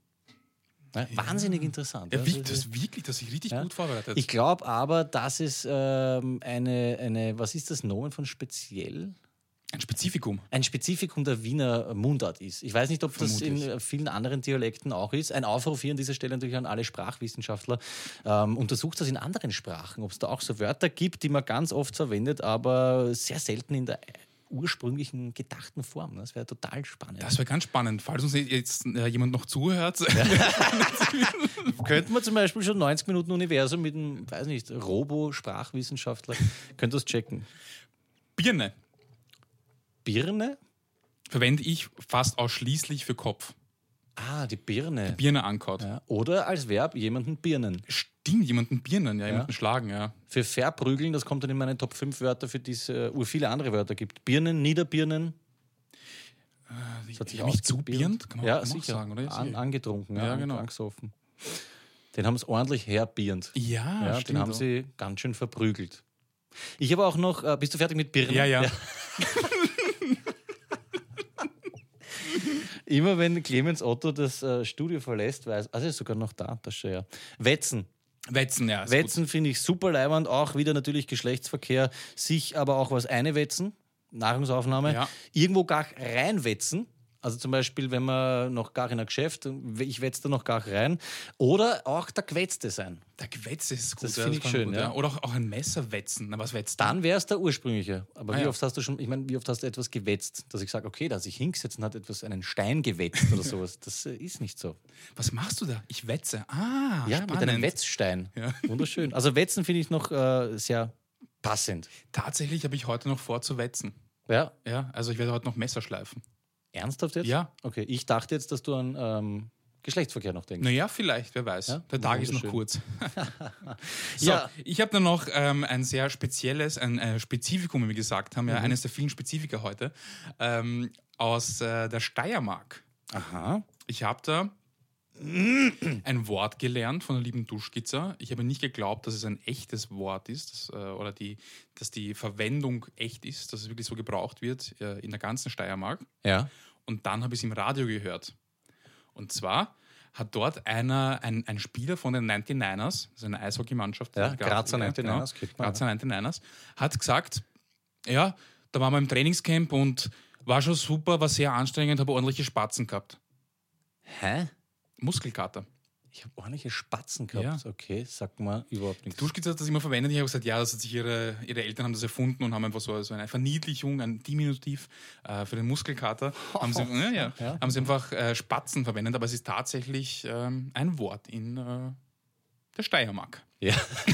A: Ne? Wahnsinnig interessant.
B: Ja,
A: ja.
B: wirklich, das wirklich, das ist richtig
A: Ja.
B: gut vorbereitet.
A: Ich glaube aber, das ist ähm, eine, eine, was ist das Nomen von speziell?
B: Ein Spezifikum.
A: Ein Spezifikum der Wiener Mundart ist. Ich weiß nicht, ob das in
B: Vermutlich.
A: äh, vielen anderen Dialekten auch ist. Ein Aufruf hier an dieser Stelle natürlich an alle Sprachwissenschaftler. Ähm, untersucht das in anderen Sprachen, ob es da auch so Wörter gibt, die man ganz oft verwendet, aber sehr selten in der ursprünglichen gedachten Form. ne? Das wäre total spannend.
B: Das wäre ganz spannend. Falls uns jetzt äh, jemand noch zuhört,
A: könnte man zum Beispiel schon 90 Minuten Universum mit einem, weiß nicht, Robo-Sprachwissenschaftler, könnte das checken.
B: Birne
A: Birne?
B: verwende ich fast ausschließlich für Kopf.
A: Ah, die Birne.
B: Birne ankaut.
A: ja. Oder als Verb jemanden birnen.
B: Stimmt, jemanden birnen, ja, jemanden schlagen, ja.
A: Für verprügeln, das kommt dann in meine Top 5 Wörter, für die es äh, ur viele andere Wörter gibt. Birnen, niederbirnen.
B: Das
A: hat sich
B: mich
A: ausgebirnt.
B: zubirnt, kann man
A: Ja,
B: auch
A: sicher.
B: sagen, oder?
A: An, angetrunken, ja,
B: Ja,
A: und
B: genau.
A: angesoffen. Den haben sie ordentlich herbirnt.
B: ja,
A: ja,
B: stimmt.
A: den haben sie ganz schön verprügelt. Ich habe auch noch, äh, bist du fertig mit Birnen?
B: ja, ja.
A: Immer wenn Clemens Otto das äh, Studio verlässt, weiß, also er ist sogar noch da, das schon ja. Wetzen.
B: Wetzen, ja. ist gut.
A: Wetzen finde ich super leiwand, auch wieder natürlich Geschlechtsverkehr, sich aber auch was einewetzen, Nahrungsaufnahme,
B: Ja.
A: irgendwo gar reinwetzen. Also zum Beispiel, wenn man noch gar in ein Geschäft, ich wetze da noch gar rein. Oder auch der Quetzte sein.
B: Der Gewetz ist gut.
A: Das
B: ja,
A: finde ich
B: kann
A: schön,
B: gut,
A: ja.
B: Oder auch, auch ein Messer wetzen. Na, was wetzt
A: Dann wäre es der ursprüngliche. Aber
B: Ah,
A: wie
B: ja.
A: oft hast du schon, ich meine, wie oft hast du etwas gewetzt, dass ich sage, okay, da hat sich hingesetzt und hat etwas einen Stein gewetzt oder sowas. Das äh, ist nicht so.
B: Was machst du da? Ich wetze. Ah,
A: Ja,
B: spannend.
A: mit einem Wetzstein.
B: Ja.
A: Wunderschön. Also Wetzen finde ich noch äh, sehr passend.
B: Tatsächlich habe ich heute noch vor zu wetzen.
A: Ja,
B: Ja, also ich werde heute noch Messer schleifen.
A: ernsthaft jetzt?
B: Ja.
A: Okay, ich dachte jetzt, dass du an ähm, Geschlechtsverkehr noch denkst.
B: Naja, vielleicht, wer weiß.
A: Ja,
B: Der Tag ist noch
A: wunderschön.
B: kurz. so,
A: Ja.
B: ich habe dann noch ähm, ein sehr spezielles, ein äh, Spezifikum, wie wir gesagt
A: Mhm.
B: haben, ja, eines der vielen Spezifika heute, ähm, aus äh, der Steiermark.
A: Aha.
B: Ich habe da ein Wort gelernt von der lieben Duschkizza. Ich habe nicht geglaubt, dass es ein echtes Wort ist dass, äh, oder die, dass die Verwendung echt ist, dass es wirklich so gebraucht wird äh, in der ganzen Steiermark.
A: Ja.
B: Und dann habe ich es im Radio gehört. Und zwar hat dort einer, ein, ein Spieler von den 99ers, also eine Eishockeymannschaft,
A: Ja,
B: die
A: Grazer
B: ja,
A: 99ers kennt man,
B: Grazer 99ers, hat gesagt, ja, da waren wir im Trainingscamp und war schon super, war sehr anstrengend, habe ordentliche Spatzen gehabt.
A: Hä?
B: Muskelkater.
A: Ich habe ordentliche Spatzen gehabt.
B: Ja.
A: Okay, sagt mal überhaupt nichts.
B: Duschkizza hat das immer verwendet. Ich habe gesagt, ja, das hat sich ihre, ihre Eltern haben das erfunden und haben einfach so, so eine Verniedlichung, ein Diminutiv äh, für den Muskelkater. Haben sie, ja, ja,
A: Ja.
B: Haben sie einfach äh, Spatzen verwendet, aber es ist tatsächlich ähm, ein Wort in äh, der Steiermark.
A: Ja.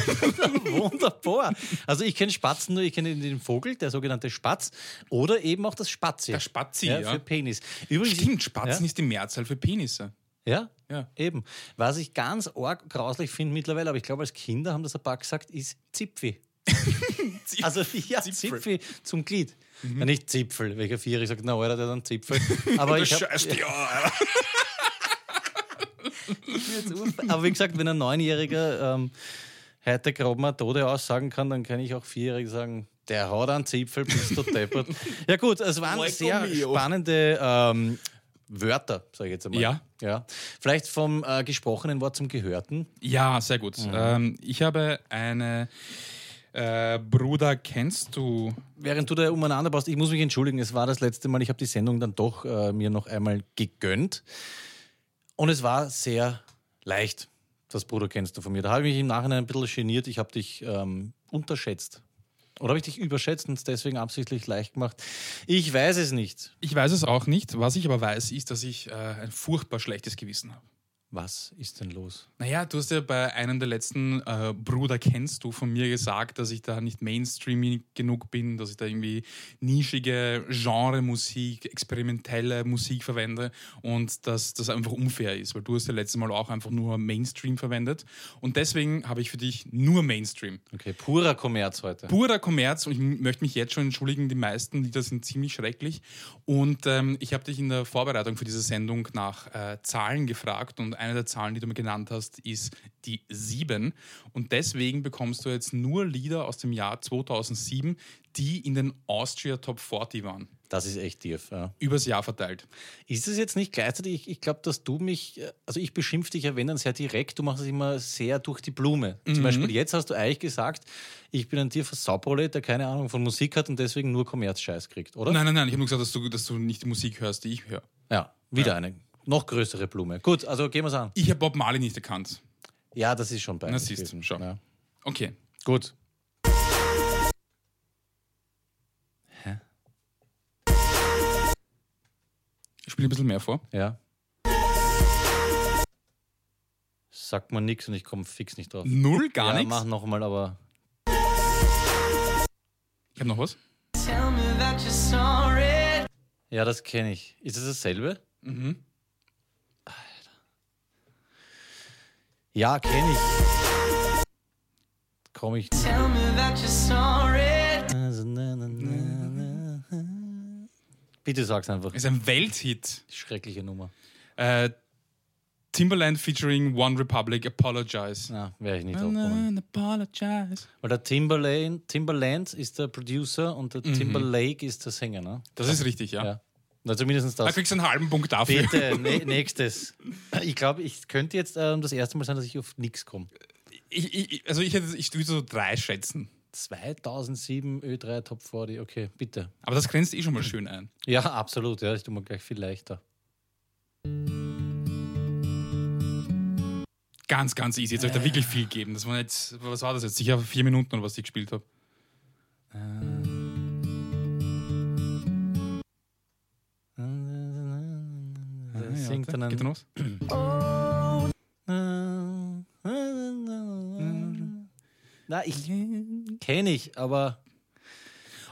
A: Wunderbar. Also ich kenne Spatzen nur, ich kenne den Vogel, der sogenannte Spatz, oder eben auch das Spatzi.
B: Der Spatzi,
A: ja,
B: ja.
A: Für Penis. Übrigens,
B: Stimmt, Spatzen
A: Ja?
B: ist die Mehrzahl für Penisse.
A: Ja,
B: Ja.
A: eben. Was ich ganz arg grauslich finde mittlerweile, aber ich glaube, als Kinder haben das ein paar gesagt, ist Zipfi.
B: Zipf-
A: Also ja,
B: Zipfel. Mhm.
A: Zipfi zum Glied. Ja, nicht Zipfel, welcher Vierer sagt, na, Alter, der hat einen Zipfel. Aber
B: Du
A: ich hab,
B: scheißt, ja.
A: jetzt
B: um.
A: urfe- Aber wie gesagt, wenn ein Neunjähriger ähm, heute grob mal Tode aussagen kann, dann kann ich auch Vierjährige sagen, der hat einen Zipfel, bist du deppert. Ja gut, es waren
B: Leco
A: sehr
B: mio.
A: spannende ähm, Wörter, sage ich jetzt einmal.
B: Ja.
A: ja. Vielleicht vom äh, gesprochenen Wort zum Gehörten.
B: ja, sehr gut. Ähm, ich habe eine äh, Bruder, kennst du?
A: Während du da umeinander baust, ich muss mich entschuldigen, es war das letzte Mal, ich habe die Sendung dann doch äh, mir noch einmal gegönnt. Und es war sehr leicht. Das Bruder kennst du von mir. Da habe ich mich im Nachhinein ein bisschen geniert. Ich habe dich ähm, unterschätzt. Oder habe ich dich überschätzt und es deswegen absichtlich leicht gemacht? Ich weiß es nicht.
B: Ich weiß es auch nicht. Was ich aber weiß, ist, dass ich äh, ein furchtbar schlechtes Gewissen habe.
A: Was ist denn los?
B: Naja, du hast ja bei einem der letzten äh, Bruder kennst du von mir gesagt, dass ich da nicht mainstreaming genug bin, dass ich da irgendwie nischige Genremusik, experimentelle Musik verwende und dass das einfach unfair ist, weil du hast ja letztes Mal auch einfach nur Mainstream verwendet und deswegen habe ich für dich nur Mainstream.
A: Okay, purer Kommerz heute.
B: Purer Kommerz und ich m- möchte mich jetzt schon entschuldigen, die meisten Lieder sind ziemlich schrecklich. Und ähm, ich habe dich in der Vorbereitung für diese Sendung nach äh, Zahlen gefragt und eine der Zahlen, die du mir genannt hast, ist die 7. Und deswegen bekommst du jetzt nur Lieder aus dem Jahr 2007, die in den Austria Top 40 waren.
A: Das ist echt tief. Ja.
B: Übers Jahr verteilt.
A: Ist es jetzt nicht gleichzeitig, ich, ich glaube, dass du mich, äh, also ich beschimpfe dich ja, wenn dann sehr direkt, du machst es immer sehr durch die Blume.
B: Mhm.
A: Zum Beispiel jetzt hast du eigentlich gesagt, ich bin ein Tier für Sauprole, der keine Ahnung von Musik hat und deswegen nur Kommerzscheiß kriegt, oder?
B: Nein, nein, nein, ich habe nur gesagt, dass du, dass du nicht die Musik hörst, die ich höre.
A: Ja, wieder eine noch größere Blume. Gut, also gehen wir es an.
B: Ich habe Bob Marley nicht erkannt.
A: Ja, das ist schon bei.
B: Na, siehst du, schau.
A: Ja.
B: Okay.
A: Gut.
B: Ich spiele ein bisschen mehr vor.
A: Ja. Sagt man nichts und ich komme fix nicht drauf.
B: Null, gar
A: ja,
B: nichts.
A: Mach nochmal, aber
B: Ich habe noch was.
D: Tell me that you're sorry.
A: ja, das kenne ich. Ist es das dasselbe?
B: Mhm.
A: Ja, kenne ich. Komme ich.
D: Tell me that you're sorry.
A: Bitte sag's einfach.
B: Ist ein Welthit.
A: Schreckliche Nummer.
B: Äh, Timberland featuring One Republic, Apologize.
A: Na, wäre ich nicht drauf gekommen.
B: And apologize.
A: Weil der Timberlane, Timberland ist der Producer und der Timberlake ist der Sänger, ne?
B: Das ist richtig, Mhm. ja.
A: Ja. Na, zumindest
B: Da
A: das.
B: kriegst du einen halben Punkt dafür.
A: Bitte, nä- nächstes. Ich glaube, ich könnte jetzt ähm, das erste Mal sein, dass ich auf nichts komme.
B: Ich, ich, ich- also ich, hätte, ich würde so drei schätzen.
A: 2007 Ö3 Top 40, okay, bitte.
B: Aber das grenzt eh schon mal schön ein.
A: Ja, absolut, ja, ich tue mir gleich viel leichter.
B: Ganz, ganz easy. Jetzt habe ich da wirklich viel gegeben. Das waren jetzt, was war das jetzt? Sicher vier Minuten oder was ich gespielt habe.
A: Ah, Singt dann
B: Geht da noch was?
A: ein- Na, ich kenne ich, aber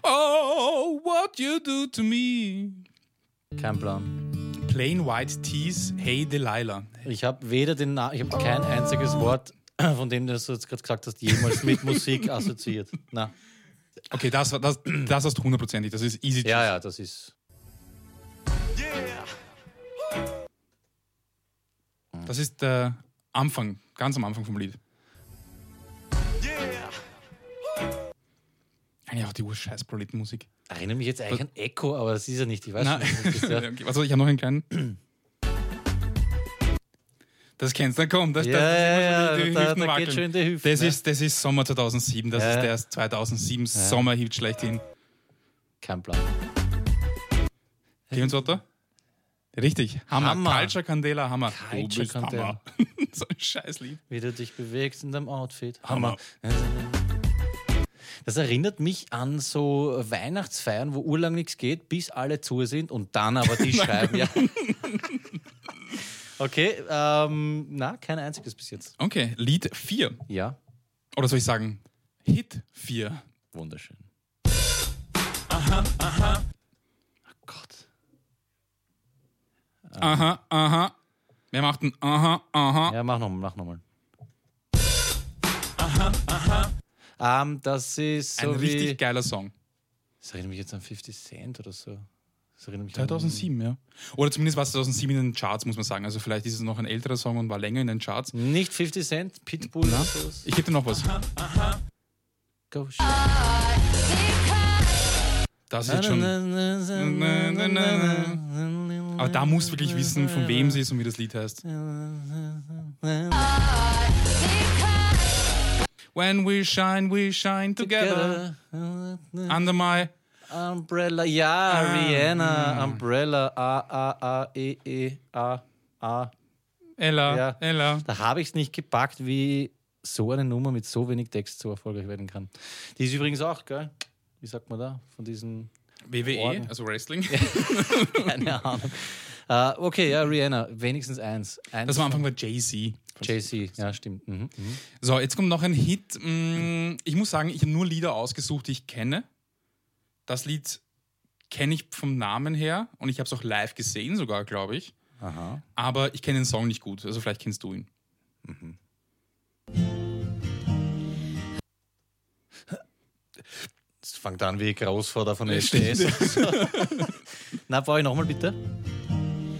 B: Oh, what you do to me.
A: kein Plan.
B: Plain White Tees, Hey Delilah.
A: Ich habe weder den Na ich habe kein einziges Wort äh, von dem, das du jetzt gerade gesagt hast, jemals mit Musik assoziiert. Na,
B: Okay, das, war- das, das hast du hundertprozentig. Das ist easy.
A: ja, ja, das ist
B: Das ist der Anfang, ganz am Anfang vom Lied. Eigentlich auch die urscheiß Proleten-Musik.
A: Erinnere mich jetzt eigentlich an Echo, aber das ist ja nicht. Ich weiß
B: Na,
A: schon, was das ist, ja.
B: okay, also ich habe noch einen kleinen. Das kennst du, komm, das,
A: Ja,
B: das,
A: ja,
B: das
A: ja,
B: die, die
A: da-
B: Hüften
A: da geht
B: wackeln.
A: schon die Hüften,
B: das,
A: ne?
B: ist, das ist Sommer 2007, das
A: Ja,
B: ist
A: ja.
B: der 2007 Sommerhit schlechthin.
A: Kein Plan.
B: Gehen wir uns weiter? Richtig, Hammer.
A: Hammer.
B: Culture Candela, Hammer.
A: Culture
B: du bist
A: Candela.
B: Hammer. so ein scheiß Lied.
A: Wie du dich bewegst in deinem Outfit.
B: Hammer.
A: Das erinnert mich an so Weihnachtsfeiern, wo urlang nichts geht, bis alle zu sind und dann aber die schreiben. Ja. Okay, ähm, na, kein einziges bis jetzt.
B: Okay, Lied 4.
A: Ja,
B: Oder soll ich sagen, Hit 4.
A: wunderschön. Aha, aha. Oh Gott.
B: Aha, aha. Wer macht ein Aha, aha?
A: Ja, mach nochmal, mach nochmal. Aha, aha. Ähm, das ist so
B: ein
A: wie...
B: richtig geiler Song.
A: Das erinnert mich jetzt an 50 Cent oder so. Das erinnert mich an-
B: 2007, ja. Oder zumindest war es 2007 in den Charts, muss man sagen. Also vielleicht ist es noch ein älterer Song und war länger in den Charts.
A: Nicht 50 Cent, Pitbull oder sowas.
B: Ich hätte noch was.
A: Go
B: Das ist jetzt schon... Aber
A: Aber
B: da musst du wirklich wissen, von wem sie ist und wie das Lied heißt. When we shine, we shine together. Under my...
A: Umbrella, ja,
B: Ah.
A: Rihanna, Umbrella, A, A, A, E, E, A, A.
B: Ella,
A: Ja.
B: Ella.
A: Da habe ich es nicht gepackt, wie so eine Nummer mit so wenig Text so erfolgreich werden kann. Die ist übrigens auch, gell? Wie sagt man da? Von diesen
B: WWE,
A: Orden.
B: also Wrestling.
A: Keine Ahnung. Äh, okay, ja, Rihanna, wenigstens eins. eins
B: Das war am Anfang bei Jay-Z.
A: JC, ja, stimmt. Mhm. Mhm.
B: So, jetzt kommt noch ein Hit. Mm, Ich muss sagen, ich habe nur Lieder ausgesucht, die ich kenne. Das Lied kenne ich vom Namen her und ich habe es auch live gesehen sogar, glaube ich.
A: Aha.
B: Aber ich kenne den Song nicht gut, also vielleicht kennst du ihn.
A: Das fängt an wie Großvater von SDS. Na, brauche ich nochmal bitte.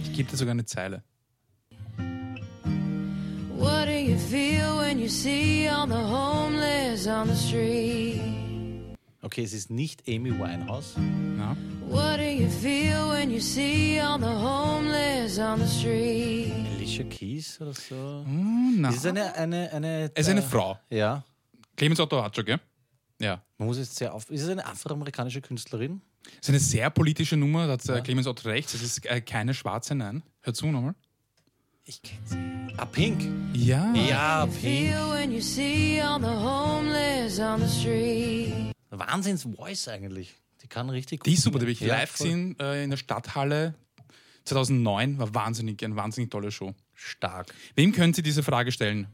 B: Ich gebe dir sogar eine Zeile.
E: What do you feel when you see all the homeless on the street?
A: Okay, es ist nicht Amy Winehouse.
B: Ja.
E: What do you feel when you see all the homeless on the street?
A: Alicia Keys oder so.
B: Mm, Na.
A: Es ist eine, eine, eine.
B: Es ist eine
A: äh,
B: Frau.
A: Ja.
B: Clemens Otto Hatschuk, gell? Ja.
A: Man muss jetzt sehr auf. Ist es eine afroamerikanische Künstlerin?
B: Es ist eine sehr politische Nummer, da hat äh, Clemens Otto recht. Es ist äh, keine schwarze, nein. Hör zu nochmal.
A: Ich kenne sie. Ah, Pink.
B: Ja.
A: Ja, Pink.
E: Feel when you see all the homeless on the street.
A: Wahnsinns Voice eigentlich. Die kann richtig gut.
B: Die ist super, die habe ich
A: Ja,
B: live
A: voll.
B: gesehen äh, in der Stadthalle. 2009 war wahnsinnig, eine wahnsinnig tolle Show.
A: Stark.
B: Wem können Sie diese Frage stellen?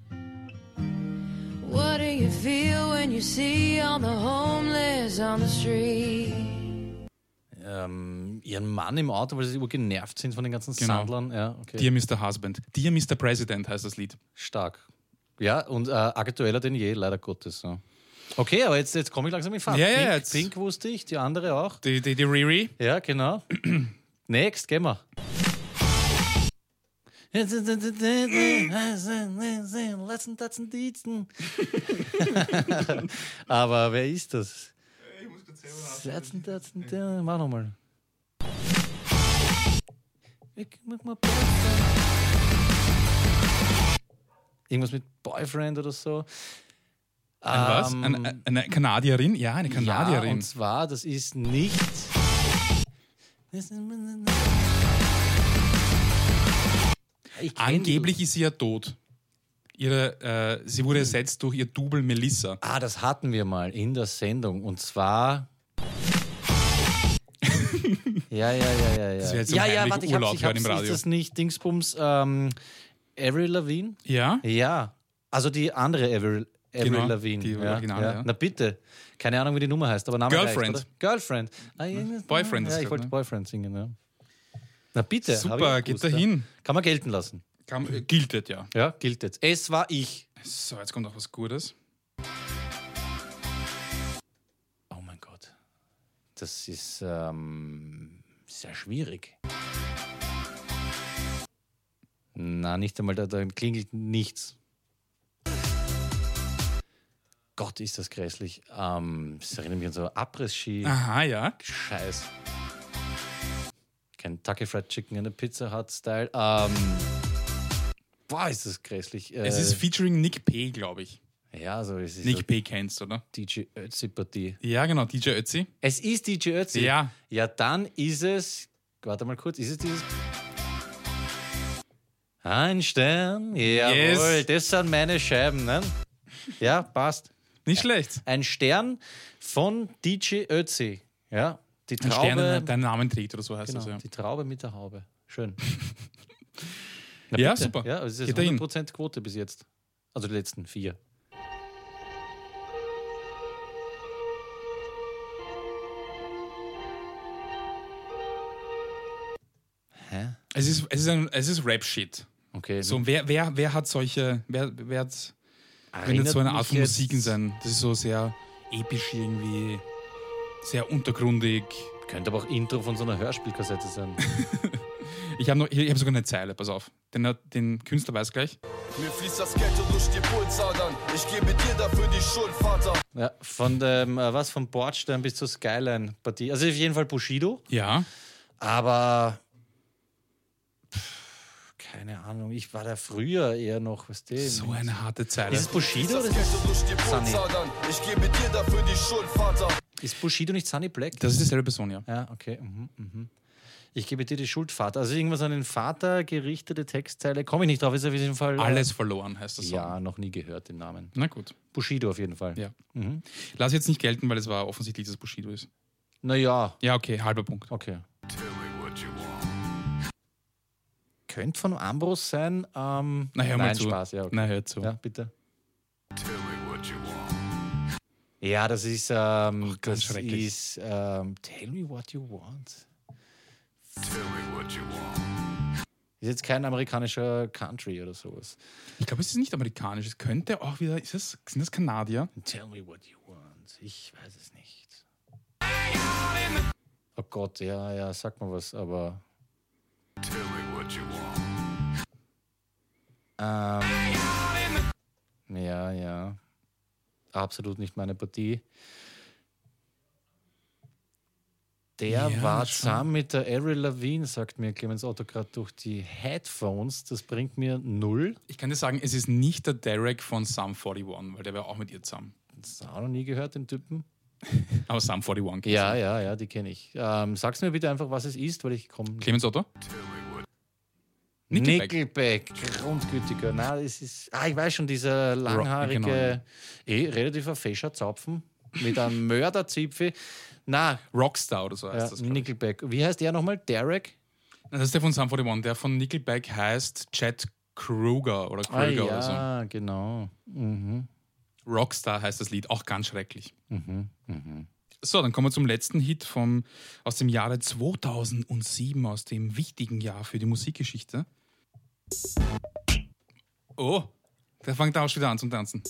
E: What do you feel when you see all the homeless on the street?
A: Ähm, ihren Mann im Auto, weil sie urgenervt sind von den ganzen
B: Genau.
A: Sandlern. Ja, okay.
B: Dear Mr. Husband. Dear Mr. President heißt das Lied.
A: Stark. Ja, und äh, aktueller denn je, leider Gottes. Ja. Okay, aber jetzt, jetzt komme ich langsam in Fahrt.
B: Ja, ja,
A: Pink,
B: jetzt.
A: Pink wusste ich, die andere auch.
B: Die, die, die Riri.
A: Ja, genau. Next, gehen wir. Lassen, tatzen, diezen. Aber wer ist das? Lassen, tatzen, diezen. Mach nochmal. Ich mach mal Boyfriend. Irgendwas mit Boyfriend oder so.
B: Ein was?
A: Ähm,
B: Ein, eine Kanadierin? Ja, eine
A: ja,
B: Kanadierin.
A: und zwar, das ist nicht. Ich kenn-
B: Angeblich ist sie ja tot. Ihre, äh, sie wurde ersetzt durch ihr Double Melissa.
A: Ah, das hatten wir mal in der Sendung. Und zwar. ja, ja, ja, ja, ja.
B: Das wäre jetzt
A: ja,
B: ein
A: ja,
B: heimlicher
A: warte, ich hab's,
B: Urlaub
A: ich
B: hören
A: hab's.
B: im Radio.
A: Ist das nicht Dingsbums ähm, Avril Lavigne?
B: Ja?
A: Ja. Also die andere Avril, Avril
B: Genau,
A: Lavigne.
B: die
A: ja,
B: Originale, ja.
A: Na bitte. Keine Ahnung, wie die Nummer heißt, aber Name
B: Girlfriend.
A: Reicht, oder? Girlfriend. Ah, ja,
B: Boyfriend
A: Ja,
B: ist
A: ich
B: grad,
A: wollte
B: ne?
A: Boyfriend singen, ja. Na bitte. hab
B: Super,
A: ich gewusst,
B: geht dahin.
A: Ja. Kann man gelten lassen.
B: Kam, äh, giltet, ja.
A: Ja, gilt jetzt. Es war ich.
B: So, jetzt kommt auch was Gutes.
A: Oh mein Gott. Das ist ähm, sehr schwierig. Na, nicht einmal, da, da klingelt nichts. Gott, ist das grässlich. Ähm, das erinnert mich an so Abriss-Ski.
B: Aha, ja.
A: Scheiß. Kentucky Fried Chicken in a Pizza Hut Style. Ähm, boah, ist das grässlich. Äh,
B: Es ist featuring Nick P., glaube ich.
A: ja, so es ist
B: Nick
A: so
B: P. kennst, oder?
A: DJ Ötzi Partie.
B: Ja, genau, DJ Ötzi.
A: Es ist DJ Ötzi.
B: Ja.
A: Ja, dann ist es. Warte mal kurz, ist es dieses. Ein Stern. Jawohl,
B: Yes.
A: das sind meine Scheiben, ne? Ja, passt.
B: Nicht schlecht.
A: Ein Stern von DJ Ötzi. Ja, die
B: Ein Stern,
A: Traube.
B: dein Namen trägt oder also so heißt
A: Genau,
B: das, ja.
A: die Traube mit der Haube. Schön.
B: Ja, super.
A: Ja, also es ist
B: Geht dahin.
A: 100% Quote bis jetzt. Also die letzten vier. Hä?
B: Es ist, es ist, ein- es ist Rap-Shit.
A: Okay.
B: So, wer, wer, wer hat solche, wer, wer hat, wenn
A: Erinnert
B: jetzt so eine
A: mich
B: Art von
A: jetzt-
B: Musiken sein, das ist so sehr episch irgendwie, sehr untergrundig.
A: Könnte aber auch Intro von so einer Hörspielkassette sein.
B: Ich habe hab sogar eine Zeile, pass auf. Den, hat- den Künstler weiß gleich.
F: Mir fließt das Geld durch die Pulsadern. Ich gebe dir dafür die Schuld, Vater.
A: ja, von dem, äh, was, von Bordstein bis zur Skyline-Partie. Also auf jeden Fall Bushido.
B: Ja.
A: Aber pff, keine Ahnung, ich war da früher eher noch, was dem.
B: So eine harte Zeile.
A: Ist es Bushido oder ist,
F: Geld durch die
A: Sunny?
F: Pulsadern. Ich gebe dir dafür die Schuld, Vater.
A: ist Bushido nicht Sunny Black?
B: Das ist dieselbe Person, ja.
A: ja, okay. Mhm, mhm. Ich gebe dir die Schuld, Vater. Also irgendwas an den Vater gerichtete Textteile. Komme ich nicht drauf, ist auf jeden Fall. äh,
B: Alles verloren heißt das Song.
A: Ja, noch nie gehört den Namen.
B: Na gut.
A: Bushido auf jeden Fall.
B: Ja.
A: Mhm.
B: Lass jetzt nicht gelten, weil es war offensichtlich, dass es Bushido ist.
A: Naja,
B: Ja, okay, halber Punkt.
A: okay. Könnte von Ambrose sein. Ähm,
B: Na, hör mal
A: nein,
B: zu.
A: Spaß, ja. Okay.
B: Na, hört so.
A: Ja, bitte. Ja, das ist, ähm,
B: ganz
A: das
B: schrecklich.
A: ist ähm, Tell me what you want. Ist jetzt kein amerikanischer Country oder sowas.
B: Ich glaube, es ist nicht amerikanisch. Es könnte auch wieder. Ist das, sind das Kanadier?
A: Tell me what you want. Ich weiß es nicht. Oh Gott, ja, ja, sag mal was, aber. Ähm, ja, ja. Absolut nicht meine Partie. Der
B: Ja,
A: war
B: schon.
A: zusammen mit der Avril Lavigne, sagt mir Clemens Otto gerade durch die Headphones. Das bringt mir null.
B: Ich kann dir sagen, es ist nicht der Derek von Sum 41, weil der wäre auch mit ihr zusammen.
A: Das habe ich auch noch nie gehört, den Typen.
B: Aber Sum 41 kennt
A: Ja,
B: sie.
A: ja, ja, die kenne ich. Ähm, sag's mir bitte einfach, was es ist, weil ich komme.
B: Clemens Otto? Nickelback.
A: Nickelback, grundgütiger. Na, es ist. Ah, ich weiß schon, dieser
B: genau, ja.
A: langhaarige, eh, relativ ein fescher Zapfen mit einem Mörderzipfel. Na, äh,
B: Rockstar oder so heißt
A: ja,
B: das. glaub ich.
A: Nickelback. Wie heißt der nochmal? Derek?
B: Das ist der von Sum 41. Der von Nickelback heißt Chad Kruger oder
A: Ah,
B: Kruger oder so.
A: ja, genau. Mhm.
B: Rockstar heißt das Lied, auch ganz schrecklich.
A: mhm.
B: So, dann kommen wir zum letzten Hit vom, aus dem Jahre 2007, aus dem wichtigen Jahr für die Musikgeschichte. Oh, der fängt auch schon wieder an zum Tanzen.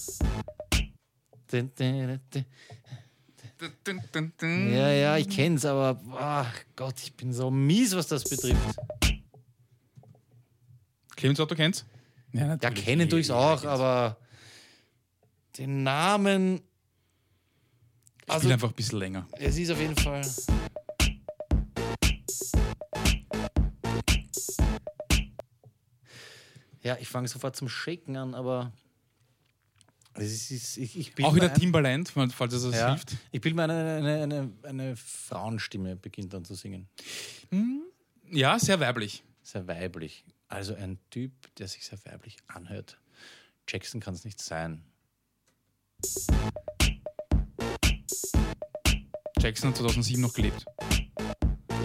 A: Dun, dun, dun,
B: Dun, dun, dun,
A: dun.
B: dun.
A: Ja, ja, ich kenn's, aber ach Gott, ich bin so mies, was das betrifft.
B: Clemens Otto kennt's? Ja,
A: Ja,
B: natürlich.
A: kennen tue ich's
B: Jeder
A: auch,
B: kennt's.
A: aber den Namen.
B: Spiel
A: Also,
B: einfach ein bisschen länger.
A: es ist auf jeden Fall. Ja, ich fange sofort zum Shaken an, aber. Es ist, ist, ich, ich bilde
B: Auch
A: mir
B: wieder
A: ein-
B: Timbaland, falls falls es das
A: Ja.
B: hilft.
A: Ich bilde mir eine, eine, eine, eine Frauenstimme, beginnt dann zu singen.
B: Ja, sehr weiblich.
A: Sehr weiblich. Also ein Typ, der sich sehr weiblich anhört. Jackson kann es nicht sein.
B: Jackson hat 2007 noch gelebt.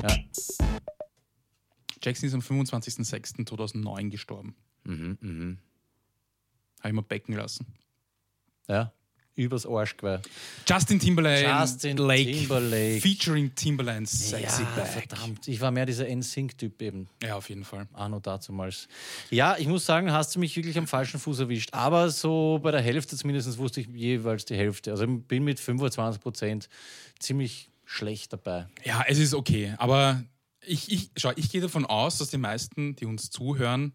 A: Ja.
B: Jackson ist am 25.06.2009 gestorben.
A: Mhm, mhm.
B: Habe ich mal becken lassen.
A: Ja. Übers Arschgeweih.
B: Justin Timberlake.
A: Justin
B: Lake
A: Timberlake.
B: Featuring Timberland Sexy
A: ja,
B: Back.
A: verdammt. Ich war mehr dieser NSYNC-Typ eben.
B: Ja, auf jeden Fall.
A: Anno dazumals. Ja, ich muss sagen, hast du mich wirklich am falschen Fuß erwischt. Aber so bei der Hälfte zumindest wusste ich jeweils die Hälfte. Also ich bin mit 25 Prozent ziemlich schlecht dabei.
B: Ja, es ist okay. Aber ich, ich, schau, ich gehe davon aus, dass die meisten, die uns zuhören,